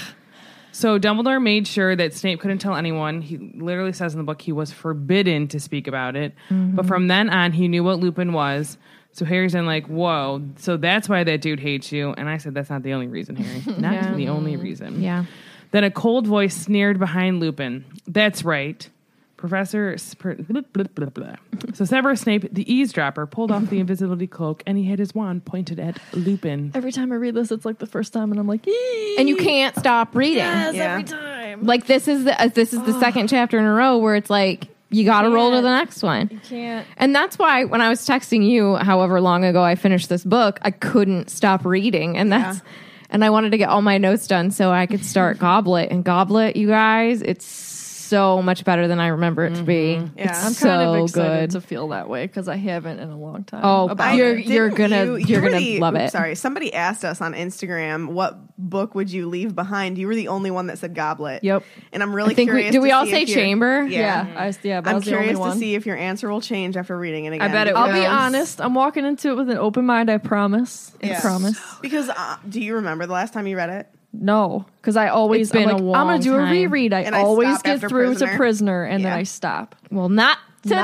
I: So Dumbledore made sure that Snape couldn't tell anyone. He literally says in the book he was forbidden to speak about it.
G: Mm-hmm.
I: But from then on, he knew what Lupin was. So Harry's then like, "Whoa!" So that's why that dude hates you. And I said, "That's not the only reason, Harry. Not the only reason."
J: Yeah.
I: Then a cold voice sneered behind Lupin. That's right. Professor. Sp- blah, blah, blah, blah. So Severus Snape, the eavesdropper, pulled off the invisibility cloak and he had his wand pointed at Lupin.
G: Every time I read this, it's like the first time, and I'm like, "Ee."
C: and you can't stop reading.
G: Mm-hmm. Yes, every time.
C: Like this is the uh, this is the second chapter in a row where it's like you got to roll to the next one.
G: can't.
C: And that's why when I was texting you, however long ago I finished this book, I couldn't stop reading, and that's and I wanted to get all my notes done so I could start Goblet. And Goblet, you guys, it's so much better than I remember it to be.
F: Mm-hmm. Yeah.
C: It's
F: I'm
C: so
G: kind of excited
C: good.
G: to feel that way because I haven't in a long time.
C: Oh,
G: about
C: you're-
G: it.
C: you're gonna-
F: Didn't
C: you're
F: were
C: gonna
F: the-
C: love
F: oops,
C: it.
F: Sorry, somebody asked us on Instagram what book would you leave behind. You were the only one that said Goblet.
G: Yep.
F: And I'm really
C: I think we-
F: curious.
C: did we
F: to
C: all
F: see
C: say
F: if your-
C: chamber?
F: Yeah. Mm-hmm.
G: I, yeah, but I
F: I'm
G: was the only
F: curious to
G: one.
F: see if your answer will change after reading it again.
I: bet it
G: I'll be
I: Yes.
G: honest. I'm walking into it with an open mind. I promise. I
F: Yeah.
G: promise.
F: Because uh, do you remember the last time you read it?
G: No, because I always
C: It's been
G: I'm, like,
C: a
G: I'm
C: long
G: gonna do a
C: time.
G: reread. I
F: And I
G: always
F: stop
G: get
F: after
G: through to
F: Prisoner.
G: prisoner and
F: Yeah.
G: then I stop.
C: Well, not today.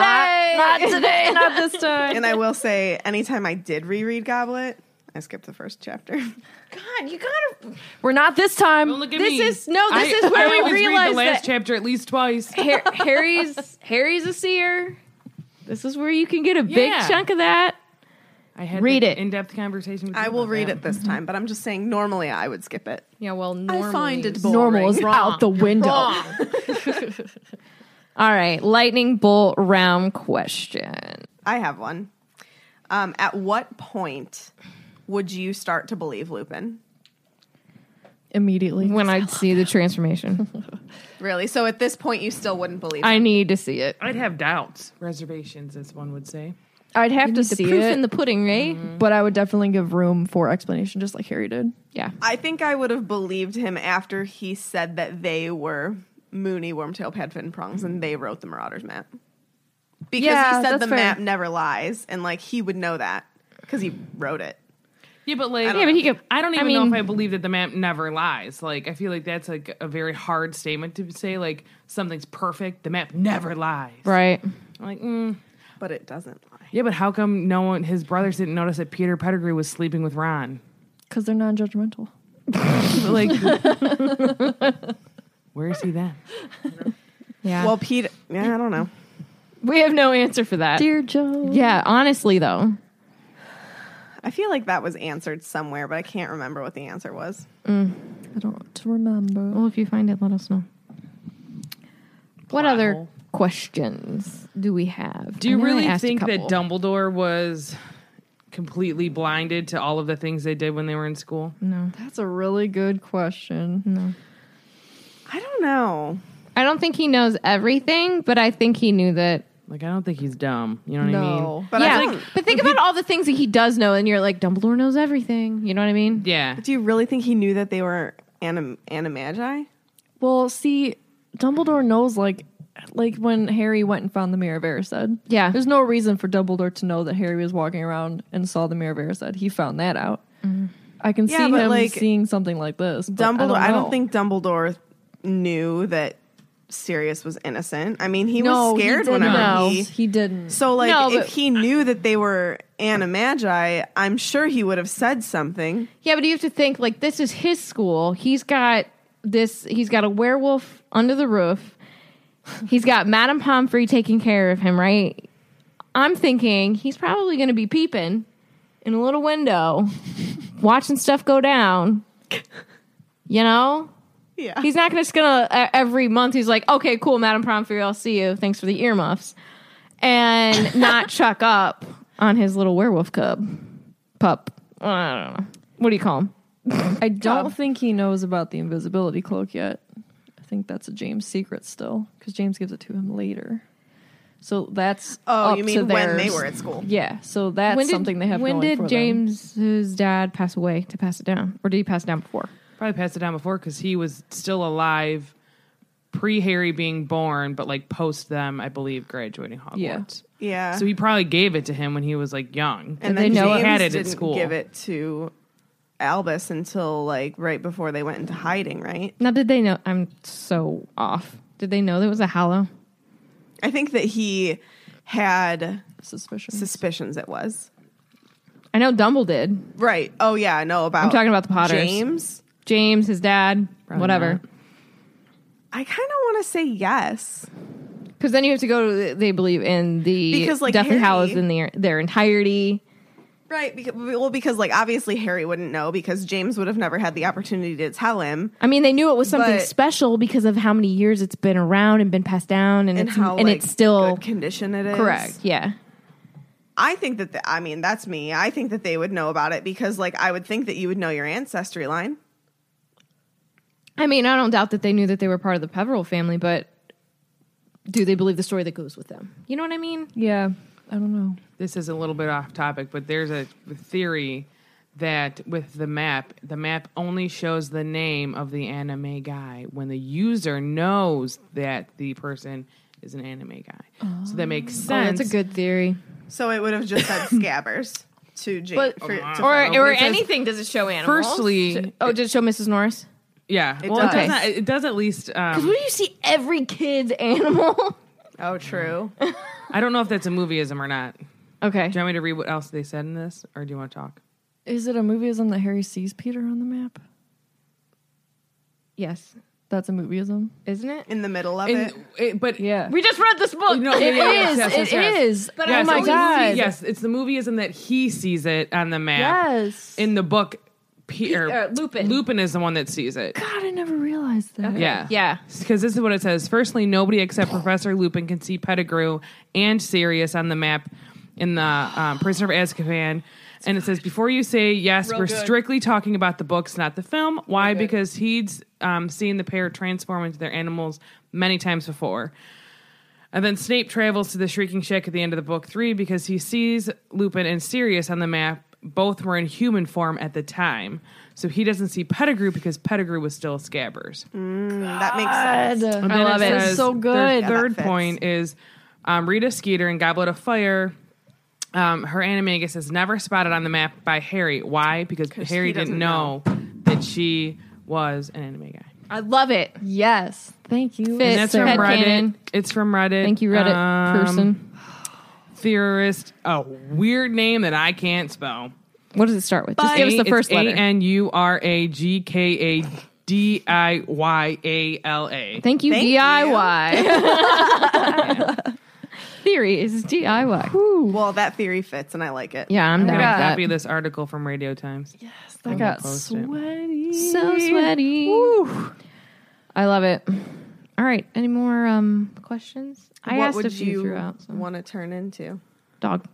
G: Not, not today. Not this time.
F: And I will say, anytime I did reread Goblet, I skipped the first chapter. God, you gotta.
G: We're not this time.
I: Don't look at
C: This
I: me.
C: is- no, this
I: I-
C: is where
I: I
C: we
I: always read
C: realized
I: the last
C: that-
I: chapter at least twice.
C: Har- Harry's Harry's a seer. This is where you can get a big
I: Yeah.
C: chunk of that.
I: I had
C: Read
I: the
C: it.
I: in-depth conversation. With you
F: I will
I: about
F: read
I: that.
F: it this time, but I'm just saying. Normally, I would skip it.
C: Yeah, well,
F: I find it boring.
G: Normal is out the window.
C: All right, lightning bolt round question.
F: I have one. Um, at what point would you start to believe Lupin?
G: Immediately.
C: When I see the transformation,
F: Really? So at this point, you still wouldn't believe.
C: I need to see it.
I: I'd have doubts, reservations, as one would say.
G: I'd have to
C: The
G: see
C: proof
G: it, Mm-hmm.
C: in the pudding, right?
G: but I would definitely give room for explanation, just like Harry did.
C: Yeah.
F: I think I would have believed him after he said that they were Mooney, Wormtail, Padfin, Prongs, and they wrote the Marauders map. Because
G: Yeah,
F: he said
G: that's
F: the
G: fair.
F: map never lies, and like he would know that because he wrote it.
I: Yeah, but like,
F: Yeah, but
C: he could-
I: I don't
C: I
I: even know
C: mean-
I: if I believe that the map never lies. Like, I feel like that's like a very hard statement to say. Like, something's perfect. The map never lies.
C: Right.
I: I'm like, mm.
F: But it doesn't lie.
I: yeah, but how come no one, his brothers, didn't notice that Peter Pettigrew was sleeping with Ron?
G: Because they're non-judgmental.
I: like, where is he then?
C: Yeah.
F: Well, Pete, yeah, I don't know.
C: we have no answer for that.
G: Dear Joe.
C: Yeah, honestly though.
F: I feel like that was answered somewhere, but I can't remember what the answer was.
G: I don't remember.
C: Well, if you find it, let us know. What
I: Plot
C: other
I: hole.
C: questions do we have?
I: Do
C: I
I: you
C: know I
I: really
C: asked a
I: think that
C: couple.
I: Dumbledore was completely blinded to all of the things they did when they were in school?
G: That's a really good question.
F: I don't know.
C: I don't think he knows everything, but I think he knew that.
I: Like, I don't think he's dumb. You know what I mean?
G: No.
F: But
C: yeah,
F: I don't.
C: but think about all the things that he does know, and you're like, Dumbledore knows everything. You know what I mean?
I: Yeah.
F: Do you really think he knew that they were anim- animagi?
G: Well, see, Dumbledore knows like like when Harry went and found the mirror of Erised.
C: Yeah.
G: There's no reason for Dumbledore to know that Harry was walking around and saw the mirror of Erised. He found that out. I can
F: Yeah,
G: see
F: but,
G: him
F: like,
G: seeing something like this. but
F: Dumbledore. I don't,
G: know.
F: think Dumbledore knew that Sirius was innocent. I mean, he
G: no,
F: was scared
G: he didn't.
F: whenever
G: No,
F: he.
G: he didn't.
F: So, like,
C: No,
F: if
C: but-
F: he knew that they were animagi, I'm sure he would have said something.
C: Yeah, but you have to think like this is his school. He's got this. He's got a werewolf under the roof. He's got Madame Pomfrey taking care of him, right? I'm thinking he's probably going to be peeping in a little window, watching stuff go down. You know,
F: Yeah,
C: he's not gonna- just gonna uh, every month. He's like, okay, cool, Madam Pomfrey, I'll see you. Thanks for the earmuffs, and not chuck up on his little werewolf cub, pup. I don't know. What do you call him?
G: I don't think he knows about the invisibility cloak yet. I think that's a James secret still, because James gives it to him later. So that's
F: Oh,
G: up
F: you
G: to
F: mean when they
G: theirs.
F: were at school?
G: Yeah, so that's something they have.
C: When
G: going
C: did
G: for them.
C: James's dad pass away to pass it down, or did he pass it down before?
I: Probably passed it down before because he was still alive pre Harry being born, but like post them, I believe, graduating Hogwarts.
F: Yeah.
I: So he probably gave it to him when he was like young.
F: and
C: they
F: then
C: know
F: James
I: he had it
F: didn't
I: at school.
F: give it to Albus until like right before they went into hiding. Right?
C: Now, did they know? I'm so off. Did they know there was a hallow?
F: I think that he had
G: Suspicion.
F: suspicions. It was
C: I know Dumble did.
F: right. Oh yeah, I know about.
C: I'm talking about the Potters.
F: James.
C: James, his dad, whatever.
I: not.
F: I kind of want to say yes.
C: Because then you have to go. To, they believe in the
F: Because, like,
C: Deathly Hallows
F: Harry-
C: in their their entirety.
F: Right. Because, well, because like obviously Harry wouldn't know because James would have never had the opportunity to tell him.
C: I mean, they knew it was something
F: But-
C: special because of how many years it's been around and been passed down, and,
F: And
C: it's
F: how,
C: and
F: like,
C: it's still
F: good condition it is.
C: correct. Yeah,
F: I think that the, I mean that's me. I think that they would know about it because like I would think that you would know your ancestry line.
C: I mean, I don't doubt that they knew that they were part of the Peveril family, but do they believe the story that goes with them? You know what I mean?
G: Yeah, I don't know.
I: This is a little bit off topic, but there's a theory that with the map, the map only shows the name of the anime guy when the user knows that the person is an anime guy. So that makes
C: Oh,
I: sense.
C: that's a good theory.
F: So it would have just said scabbers to James.
C: But
F: for- to
C: or
F: Fred.
C: or
I: it says-
C: anything does it show animals?
I: Firstly-
C: oh, did it show Mrs. Norris?
I: Yeah.
C: It
I: well,
C: does.
I: It, does not, it does at least.
C: Because
I: Um,
C: what do you see every kid's animal?
F: oh, true.
I: I don't know if that's a movieism or not. Do
C: okay,
I: you want me to read what else they said in this, or do you want to talk?
G: Is it a movieism that Harry sees Peter on the map?
C: yes,
G: That's a movieism.
C: isn't it?
F: in the middle of it.
I: And- it- but
G: Yeah.
C: We just read this book.
I: No, yeah,
C: It
I: yeah, yes,
C: is,
I: yes, yes,
C: it
I: yes.
C: is. But oh
I: Yes,
C: my
I: it's the movie-
C: god,
I: Yes, it's the movieism that he sees it on the map.
C: yes.
I: In the book, Peter
C: uh, Lupin.
I: Lupin is the one that sees it.
G: God, I never realized that.
I: Yeah.
C: Yeah.
I: Because this is what it says. Firstly, nobody except Professor Lupin can see Pettigrew and Sirius on the map in the um, Prisoner of Azkaban. And it says, before you say yes, we're strictly talking about the books, not the film. Why? Because he'd um, seen the pair transform into their animals many times before. And then Snape travels to the Shrieking Shack at the end of the book three because he sees Lupin and Sirius on the map. Both were in human form at the time. So he doesn't see Pettigrew because Pettigrew was still Scabbers.
F: That makes sense.
I: And then
C: love it.
I: says
C: So
I: their
C: good.
F: that
I: third
F: fits.
I: point is um, Rita Skeeter in Goblet of Fire. Um, her animagus is never spotted on the map by Harry. Why? Because Harry
F: he
I: didn't
F: doesn't
I: know, that she was an anime guy.
C: I love it.
G: Yes. Thank you.
C: Fit.
I: And
C: It's
I: that's from
C: headcanon.
I: Reddit. It's from Reddit.
C: Thank you, Reddit
I: Um,
C: person.
I: Theorist. A weird name that I can't spell.
C: What does it start with? Just give us the first
I: A
C: letter.
I: N U R A G K A D I Y A L A.
C: Thank you,
F: Thank
C: DIY. Theory is DIY.
F: Well, that theory fits, and I like it.
C: Yeah, I'm down
I: I'm
C: with
I: gonna
C: that.
I: copy this article from Radio Times.
G: I got
I: post it.
G: sweaty.
C: So sweaty. I love it. All right. Any more um, questions? I
F: what
C: asked
F: would
C: a few
F: you
C: throughout. so-
F: want to turn into?
C: Dog.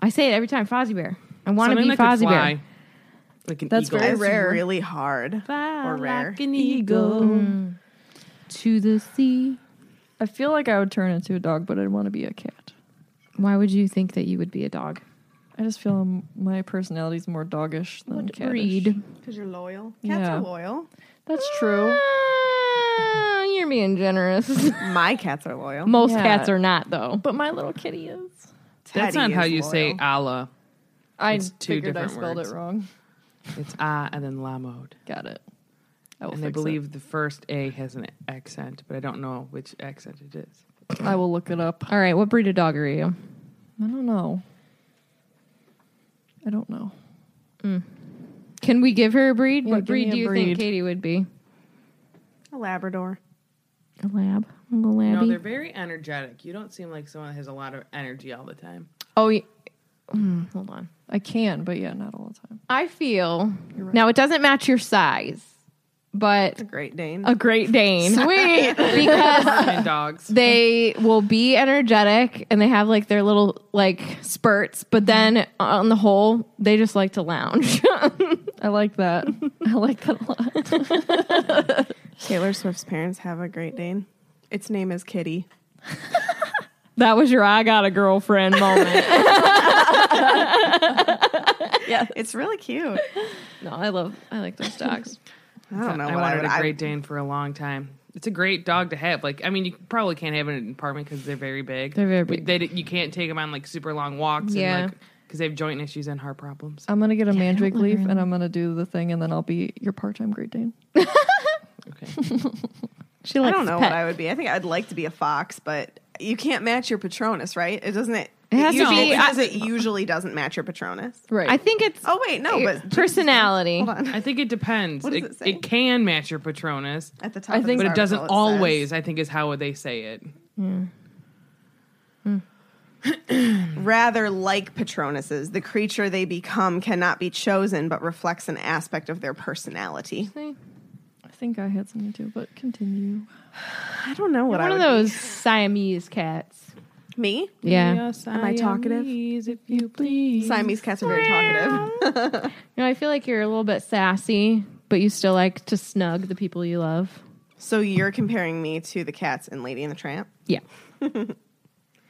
C: I say it every time. Fozzie Bear. I want to
I: Something
C: be
I: that could
C: Fozzie
I: fly,
C: Bear.
I: Like an
G: That's
I: eagle.
G: very
F: It's
G: rare.
F: really hard or rare.
I: an eagle.
C: To the sea.
G: I feel like I would turn into a dog, but I'd want to be a cat.
C: Why would you think that you would be a dog?
G: I just feel um, my personality's more doggish than cat.
C: breed?
F: Because you're loyal. Cats
G: Yeah.
F: are loyal.
G: That's true.
C: Ah, you're being generous.
F: My cats are loyal.
C: Most
G: Yeah.
C: cats are not, though.
G: But my little kitty is.
I: That's not
F: Teddy
I: how
F: is
I: you say
F: loyal.
I: Allah.
G: I
I: It's two
G: figured I
I: different
G: spelled
I: words.
G: it wrong.
I: It's ah and then la mode.
G: Got it. I will
I: And I
G: fix it.
I: believe the first A has an accent, but I don't know which accent it is.
G: I will look it up.
C: All right. What breed of dog are you?
G: I don't know. I don't know.
C: Can we give her a breed?
G: Yeah,
C: what
G: give me
C: breed
G: a
C: do you
G: breed.
C: think Katie would be?
F: A Labrador.
C: A lab. A little labby.
I: No, they're very energetic. You don't seem like someone that has a lot of energy all the time.
C: Oh, y- mm, hold on.
G: I can, but yeah, not all the time.
C: I feel now it doesn't match your size, but
F: Great Dane.
C: a Great Dane. Sweet, because
I: And dogs.
C: they will be energetic and they have like their little like spurts, but then on the whole, they just like to lounge.
G: I like that. I like that a lot.
F: Taylor Swift's parents have a Great Dane. Its name is Kitty.
C: that was your I got a girlfriend moment.
F: It's really cute.
C: no, I love I like those dogs.
F: I don't know.
I: I
F: what
I: wanted
F: would-
I: a Great Dane for a long time. It's a great dog to have. Like, I mean, you probably can't have it in an apartment because they're very big.
C: They're very
I: We-
C: big.
I: They, you can't take them on like super long walks.
C: Yeah.
I: and like because they have joint issues and heart problems.
G: I'm gonna get a mandrake leaf and I'm gonna do the thing, and then I'll be your part-time Great Dane.
I: Okay.
C: She
F: I
C: likes
F: don't know
C: pets.
F: what I would be. I think I'd like to be a fox, but you can't match your Patronus, right? It doesn't. It,
C: has to
F: usually,
C: be-
F: because it usually doesn't match your Patronus.
G: Right.
C: I think it's
F: Oh wait, no,
C: Eh,
F: but
C: personality.
F: Hold on.
I: I think it depends.
F: What does it say?
I: can match your Patronus,
F: At the top,
G: I think-
F: of
I: but
F: this
I: it doesn't
F: article, says-
I: always. I think is how they say it.
C: Yeah.
F: Rather like Patronuses, the creature they become cannot be chosen but reflects an aspect of their personality.
G: I think I had something too, but continue.
F: I don't know
C: One
F: what I
C: of
F: would
C: those Siamese cats.
F: be. Me?
C: Yeah.
F: Am I talkative?
I: If you please.
F: Siamese cats are very
C: You
F: talkative.
C: know, I feel like you're a little bit sassy, but you still like to snug the people you love.
F: so you're comparing me to the cats in Lady and the Tramp?
C: Yeah.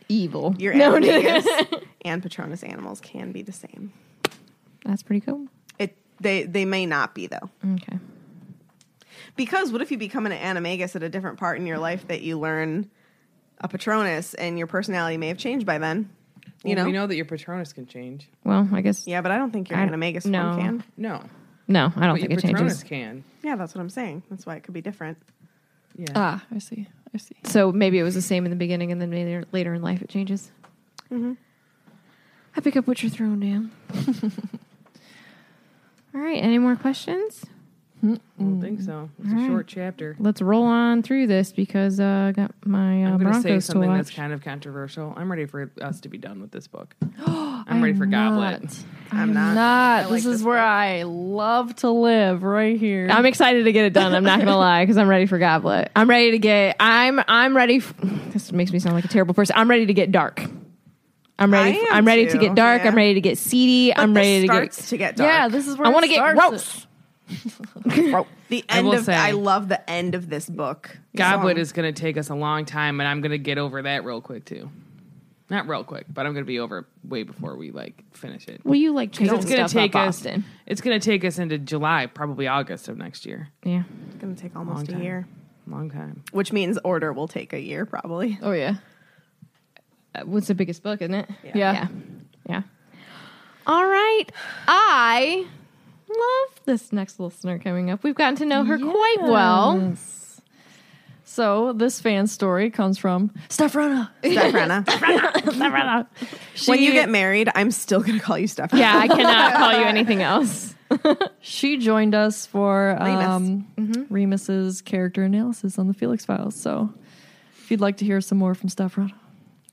C: Evil.
F: Your
C: No,
F: Animagus and Patronus animals can be the same.
C: That's pretty cool.
F: It they they may not be though.
C: Okay.
F: Because what if you become an animagus at a different part in your life that you learn a patronus and your personality may have changed by then? You know?
I: we know that your Patronus can change.
C: Well, I guess
F: Yeah, but I don't think your
C: I-
F: animagus
C: no.
F: one can.
I: No,
C: no, I don't
I: but
C: think
I: your
C: it changes.
I: Patronus can.
F: Yeah, that's what I'm saying. That's why it could be different.
I: Yeah.
G: Ah, I see. I see.
C: So maybe it was the same in the beginning, and then later, later in life it changes. I pick up what you're throwing down. All right. Any more questions?
I: I don't think so. It's
C: Mm-hmm.
I: a short chapter.
C: Let's roll on through this because uh, I got my uh,
I: I'm going to say
C: Broncos to
I: something
C: watch.
I: that's kind of controversial. I'm ready for us to be done with this book. I'm ready for Goblet.
G: I'm
F: not. I
G: not.
F: like
G: This is
F: this
G: where
F: book.
G: I love to live, right here.
C: I'm excited to get it done. I'm not gonna lie because I'm ready for Goblet. I'm ready to get. I'm I'm ready. F- this makes me sound like a terrible person. I'm ready to get dark. I'm ready.
F: I
C: f-
F: am
C: I'm ready
F: too,
C: to get dark.
F: yeah.
C: I'm ready to get seedy. I'm
F: But this
C: ready to
F: starts
C: get.
F: to get dark.
G: yeah, this is where
C: I
G: it
C: want to get
G: starts.
C: gross.
F: the
I: I
F: end
I: will
F: of
I: say-
F: I love the end of this book.
I: Goblet
F: So-
I: is going to take us a long time, and I'm going to get over that real quick too. Not real quick, but I'm going to be over it way before we like finish it.
C: Well, you like chasing
I: it's going
C: stuff
I: to take
C: about
I: us.
C: Boston.
I: It's going to take us into July, probably August of next year.
C: Yeah.
F: It's going to take almost a
I: time.
F: year,
I: Long time.
F: which means order will take a year probably.
G: Oh yeah.
C: Uh, What's the biggest book, isn't it?
G: yeah,
C: Yeah. Yeah. All right. I love this next listener coming up. We've gotten to know her quite well.
G: So this fan story comes from Stefrana.
F: Stefrana. when you get married, I'm still going to call you Stefrana.
C: Yeah, I cannot call you anything else.
G: She joined us for
F: Remus. Mm-hmm.
G: um, Remus's character analysis on the Felix Files. So if you'd like to hear some more from Stefrana,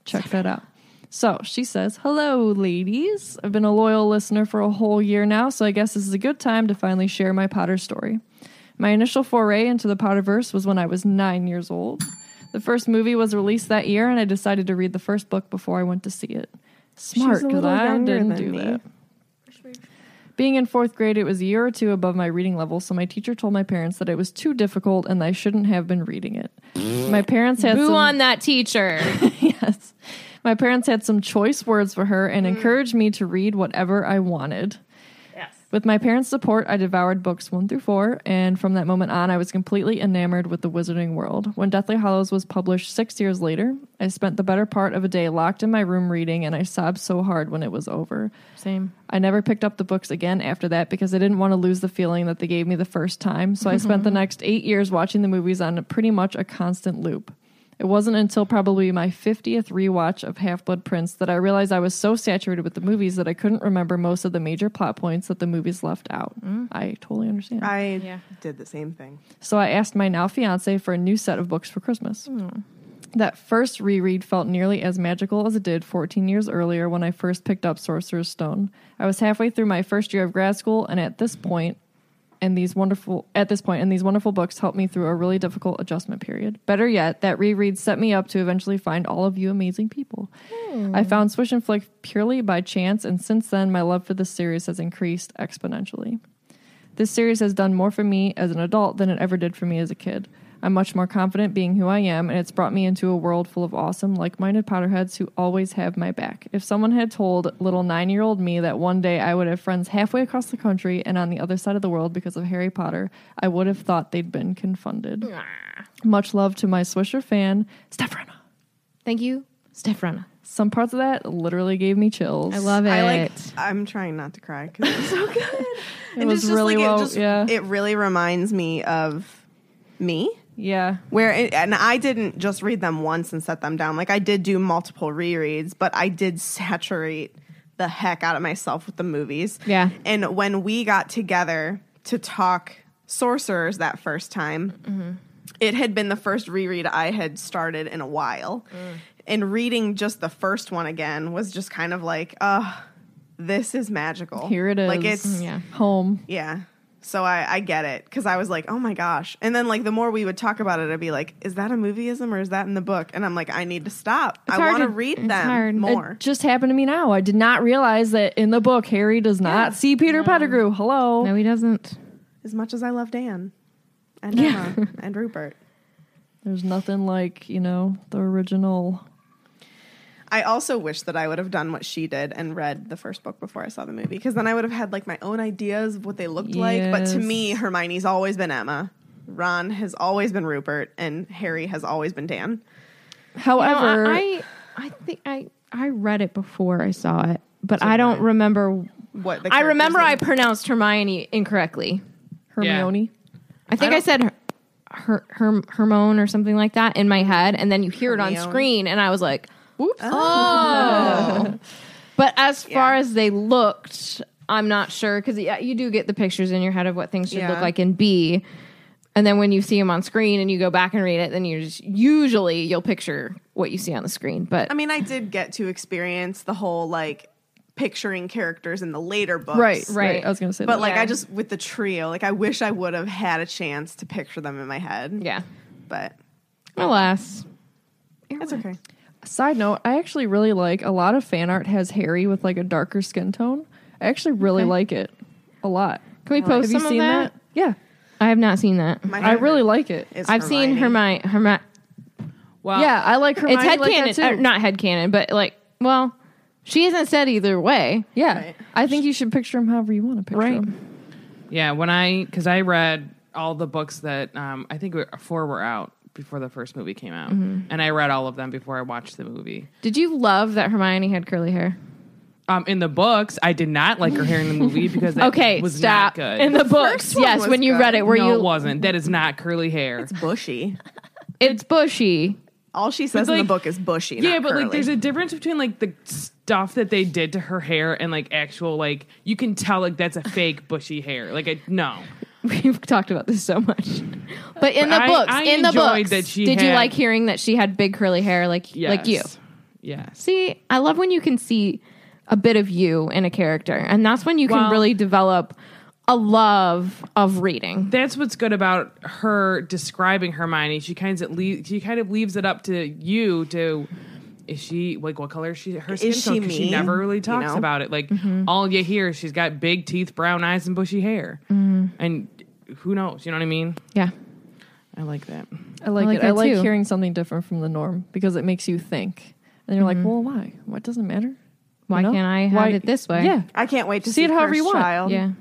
G: check that out. So she says, Hello, ladies. I've been a loyal listener for a whole year now, so I guess this is a good time to finally share my Potter story. My initial foray into the Potterverse was when I was nine years old. The first movie was released that year, and I decided to read the first book before I went to see it. Smart,
F: a
G: because
F: little
G: I
F: younger
G: didn't
F: than
G: do
F: me.
G: that. Being in fourth grade, it was a year or two above my reading level, so my teacher told my parents that it was too difficult and I shouldn't have been reading it. My parents had
C: Boo
G: some,
C: on that teacher.
G: yes, my parents had some choice words for her and encouraged me to read whatever I wanted. With my parents' support, I devoured books one through four, and from that moment on, I was completely enamored with the Wizarding World. When Deathly Hollows was published six years later, I spent the better part of a day locked in my room reading, and I sobbed so hard when it was over.
C: Same.
G: I never picked up the books again after that because I didn't want to lose the feeling that they gave me the first time. So I spent the next eight years watching the movies on a- pretty much a constant loop. It wasn't until probably my 50th rewatch of Half Blood Prince that I realized I was so saturated with the movies that I couldn't remember most of the major plot points that the movies left out. I totally understand.
F: I did the same thing.
G: So I asked my now fiance for a new set of books for Christmas. That first reread felt nearly as magical as it did 14 years earlier when I first picked up Sorcerer's Stone. I was halfway through my first year of grad school, and at this point, and these wonderful at this point and these wonderful books helped me through a really difficult adjustment period better yet that reread set me up to eventually find all of you amazing people i found swish and flick purely by chance and since then my love for this series has increased exponentially this series has done more for me as an adult than it ever did for me as a kid. I'm much more confident being who I am, and it's brought me into a world full of awesome, like minded Potterheads who always have my back. If someone had told little nine year old me that one day I would have friends halfway across the country and on the other side of the world because of Harry Potter, I would have thought they'd been confounded. Much love to my Swisher fan, Stefrana.
C: Thank you, Stefrana.
G: Some parts of that literally gave me chills.
C: I love it.
F: I like. I'm trying not to cry because it's so good. it
G: was really
F: like,
G: well-
F: It, just,
G: yeah.
F: it really reminds me of me.
G: Yeah.
F: Where it, and I didn't just read them once and set them down. Like I did do multiple rereads, but I did saturate the heck out of myself with the movies.
C: Yeah.
F: And
G: Mm-hmm.
F: when we got together to talk sorcerers that first time, it had been the first reread I had started in a while.
G: Mm.
F: And reading just the first one again was just kind of like, oh, this is magical.
G: Here it is.
F: Like it's
G: yeah. home.
F: yeah. So I, I get it because I was like, oh my gosh. And then like the more we would talk about it, I'd be like, is that a movieism or is that in the book? And I'm like, I need to stop.
C: It's
F: I
C: hard
F: want to
C: to-
F: read
C: it's
F: them
C: hard.
F: more.
G: It just happened to me now. I did not realize that in the book Harry does not see Peter Pettigrew. Hello.
C: No, he doesn't.
F: as much as I love Dan and Emma and Rupert.
G: There's nothing like, you know, the original.
F: I also wish that I would have done what she did and read the first book before I saw the movie because then I would have had like my own ideas of what they looked like. But to
G: Yes.
F: me, Hermione's always been Emma, Ron has always been Rupert, and Harry has always been Dan.
G: However,
C: No, I, I I think I I read it before I saw it, but I don't remember.
F: What the
C: I remember I
F: characters
C: pronounced Hermione incorrectly.
G: Hermione.
C: I think I, said her, her, her Hermione or something like that in my head, and then you hear it on
F: Hermione.
C: screen, and I was like, "Oops!" Oh. but as far as they looked, I'm not sure because yeah, you do get the pictures in your head of what things should
F: Yeah.
C: look like in B, and then when you see them on screen and you go back and read it, then you just usually you'll picture what you see on the screen. But
F: I mean, I did get to experience the whole like picturing characters in the later books,
C: right.
G: I was going to say
F: But
G: that.
F: like,
C: Yeah.
F: I just with the trio, like, I wish I would have had a chance to picture them in my head.
C: yeah,
F: but
C: alas,
F: that's okay.
G: Side note, I actually really like a lot of fan art has Harry with like a darker skin tone. I actually really like it a lot.
C: can we
G: Have
C: post
G: you
C: some
G: seen
C: of that?
G: that? Yeah.
C: I have not seen that.
F: My
G: I really
F: favorite
G: like it.
F: is
C: I've seen Hermione. Hermione
I: Well,
G: yeah, I like Hermione.
C: it's head
G: like that
C: canon,
G: too.
C: uh, not head canon, but like, well, she hasn't said either way.
G: Yeah.
F: Right.
G: I think you should picture him however you want to picture
C: Right.
G: him.
I: Yeah, when I because I read all the books that um, I think were- four were out before the first movie came out,
C: Mm-hmm.
I: and I read all of them before I watched the movie.
C: Did you love that Hermione had curly hair?
I: Um, in the books, I did not like her hair in the movie because that
C: Okay,
I: was
C: stop.
I: not good.
C: In the books,
F: one
C: yes,
F: was
C: when you
F: good.
C: read it, were
I: no, it
C: you?
I: wasn't. That is not curly hair.
F: bushy.
C: It's bushy.
F: All she says in
I: like-
F: the book is bushy.
I: yeah,
F: not
I: but like,
F: curly.
I: there's a difference between like the stuff that they did to her hair and like actual like you can tell like that's a fake bushy hair. Like, I, no,
C: We've talked about this so much, but in the
I: I-
C: books,
I: I
C: in the
I: enjoyed
C: books,
I: that she
C: did you
I: had-
C: like hearing that she had big curly hair, like
I: yes.
C: like you?
I: yes.
C: See, I love when you can see a bit of you in a character, and that's when you can
I: Well-
C: really develop a love of reading.
I: that's what's good about her describing Hermione. She kind of leave, she kind of leaves it up to you to is she like what color is she her skin
F: Is
I: tone,
F: she
I: 'cause
F: mean?
I: never really talks
F: know? Mm-hmm.
I: about it. Like all you hear, is she's got big teeth, brown eyes, and bushy hair,
F: Mm-hmm.
I: and who knows? You know what I mean?
C: Yeah,
I: I like that.
G: I like,
C: like
G: it. I
C: that
G: like
C: too.
G: hearing something different from the norm because it makes you think. And you're like, well, why? What doesn't matter?
C: Mm-hmm. why
G: know?
C: can't I have
G: Why-
C: it this way?
G: Yeah.
F: I can't wait to
G: See
F: see,
G: it however you
F: Cursed
G: want.
F: Child
C: yeah.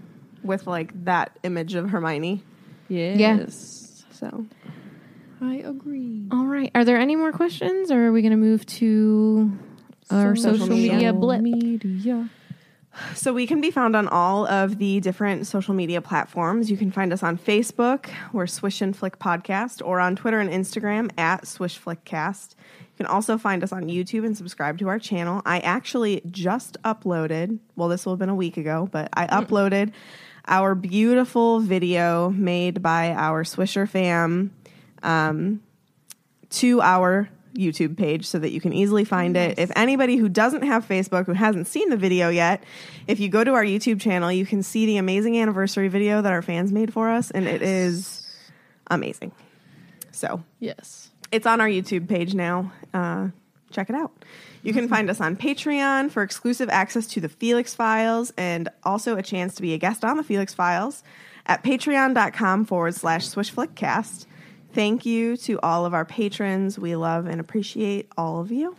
F: with like that image of Hermione.
G: Yes.
F: So
G: I agree.
C: All right. Are there any more questions, or are we going to move to our social, media, blip?
G: Media.
F: So we can be found on all of the different social media platforms. You can find us on Facebook, we're Swish and Flick Podcast, or on Twitter and Instagram at Swish Flick Cast. You can also find us on YouTube and subscribe to our channel. I actually just uploaded, well, this will have been a week ago, but I uploaded our beautiful video made by our Swisher fam um, to our YouTube page so that you can easily find it. If anybody who doesn't have Facebook, who hasn't seen the video yet, if you go to our YouTube channel, you can see the amazing anniversary video that our fans made for us, and it is amazing. So
G: Yes.
F: it's on our YouTube page now. Uh, check it out. You can find us on Patreon for exclusive access to the Felix Files and also a chance to be a guest on the Felix Files at patreon.com forward slash swishflickcast. Thank you to all of our patrons. We love and appreciate all of you.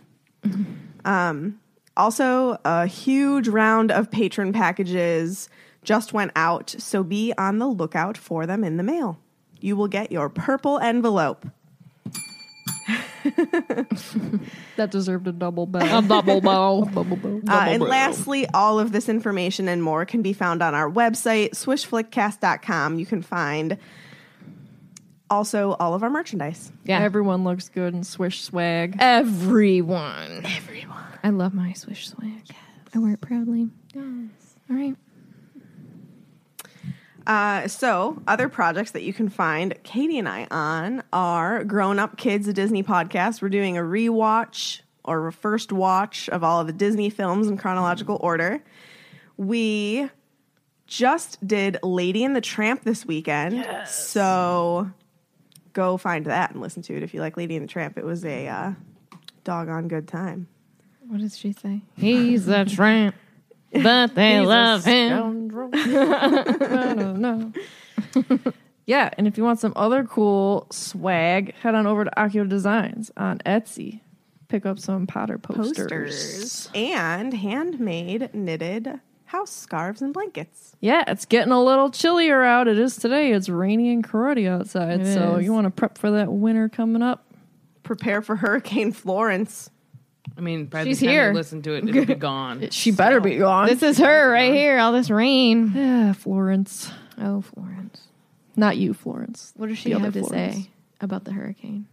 F: Um, Also, a huge round of patron packages just went out, so be on the lookout for them in the mail. You will get your purple envelope.
G: That deserved a double bell. A double bell. double bell.
F: Uh, and lastly, all of this information and more can be found on our website, swishflickcast.com. You can find also all of our merchandise.
C: Yeah.
G: Everyone looks good in swish swag.
C: Everyone. Everyone. I love my swish swag. I wear it proudly. All right.
F: Uh, so, other projects that you can find Katie and I on are Grown Up Kids, a Disney podcast. We're doing a rewatch or a first watch of all of the Disney films in chronological order. We just did Lady and the Tramp this weekend. So, go find that and listen to it if you like Lady and the Tramp. It was a uh, doggone good time.
J: What does she say? He's a tramp, but they
G: He's a
J: love him.
G: scoundrel. I don't know. yeah, and if you want some other cool swag, head on over to Ocular Designs on Etsy. Pick up some Potter posters.
F: and handmade knitted house scarves and blankets.
G: Yeah, it's getting a little chillier out. It is today. It's rainy and karate outside,
F: It
G: so
F: is.
G: you want to prep for that winter coming up.
F: Prepare for Hurricane Florence.
I: I mean, by
G: She's
I: the time
G: here.
I: you listen to it, it'll be gone.
G: She better be gone.
J: This is her right here. All this rain.
G: Yeah, Florence.
J: Oh, Florence.
G: Not you, Florence.
J: What does
G: The
J: she
G: other
J: have to
G: Florence.
J: say about the hurricane?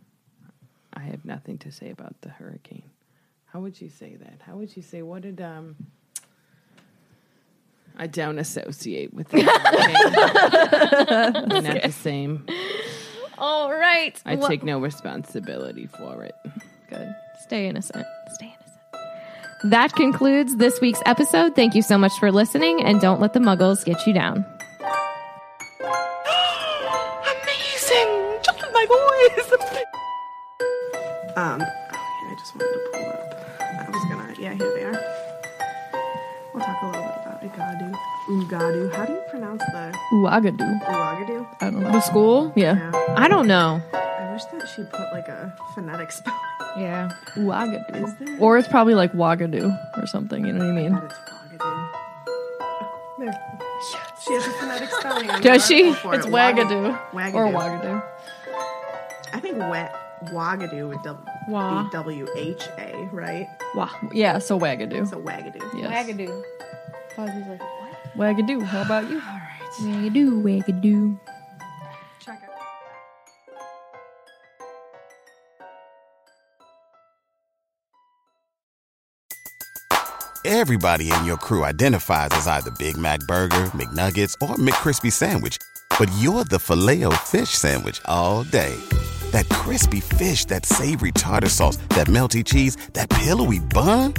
I: I have nothing to say about the hurricane. How would you say that? How would you say what did um I don't associate with the hurricane. We're not the same.
J: All right.
I: I
J: Well-
I: take no responsibility for it.
J: Good. Stay innocent. Stay innocent. That concludes this week's episode. Thank you so much for listening, and don't let the muggles get you down.
E: Amazing! Just my voice!
F: Um, oh, here, I just wanted to pull up. I was gonna, yeah, here they are. We'll talk a little bit about Igadu. Ugadu. How do you pronounce the
G: Ouagadou.
F: Uagadu?
G: I don't know.
J: The school?
G: Yeah.
J: I don't know.
F: I wish that she put like a phonetic spelling.
J: Yeah.
F: Is
G: Ouagadou.
F: there-
G: Or it's probably like Ouagadou or something. You know what I mean?
F: There. She has a phonetic spelling. I'm
G: Does she?
F: grateful for
G: It's
F: it.
G: Wagadoo.
F: Wagadoo.
G: Or Wagadoo.
F: I think wa- Wagadoo would dub-
G: Wa.
F: be E W H A, right?
G: Wah. Yeah, so Wagadoo.
F: So Wagadoo.
G: Yes.
J: Wagadoo.
G: Wagadoo. How about you?
J: Wagadoo, wagadoo.
A: Everybody in your crew identifies as either Big Mac Burger, McNuggets, or McCrispy Sandwich. But you're the filet fish Sandwich all day. That crispy fish, that savory tartar sauce, that melty cheese, that pillowy bun.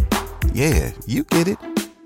A: Yeah, you get it.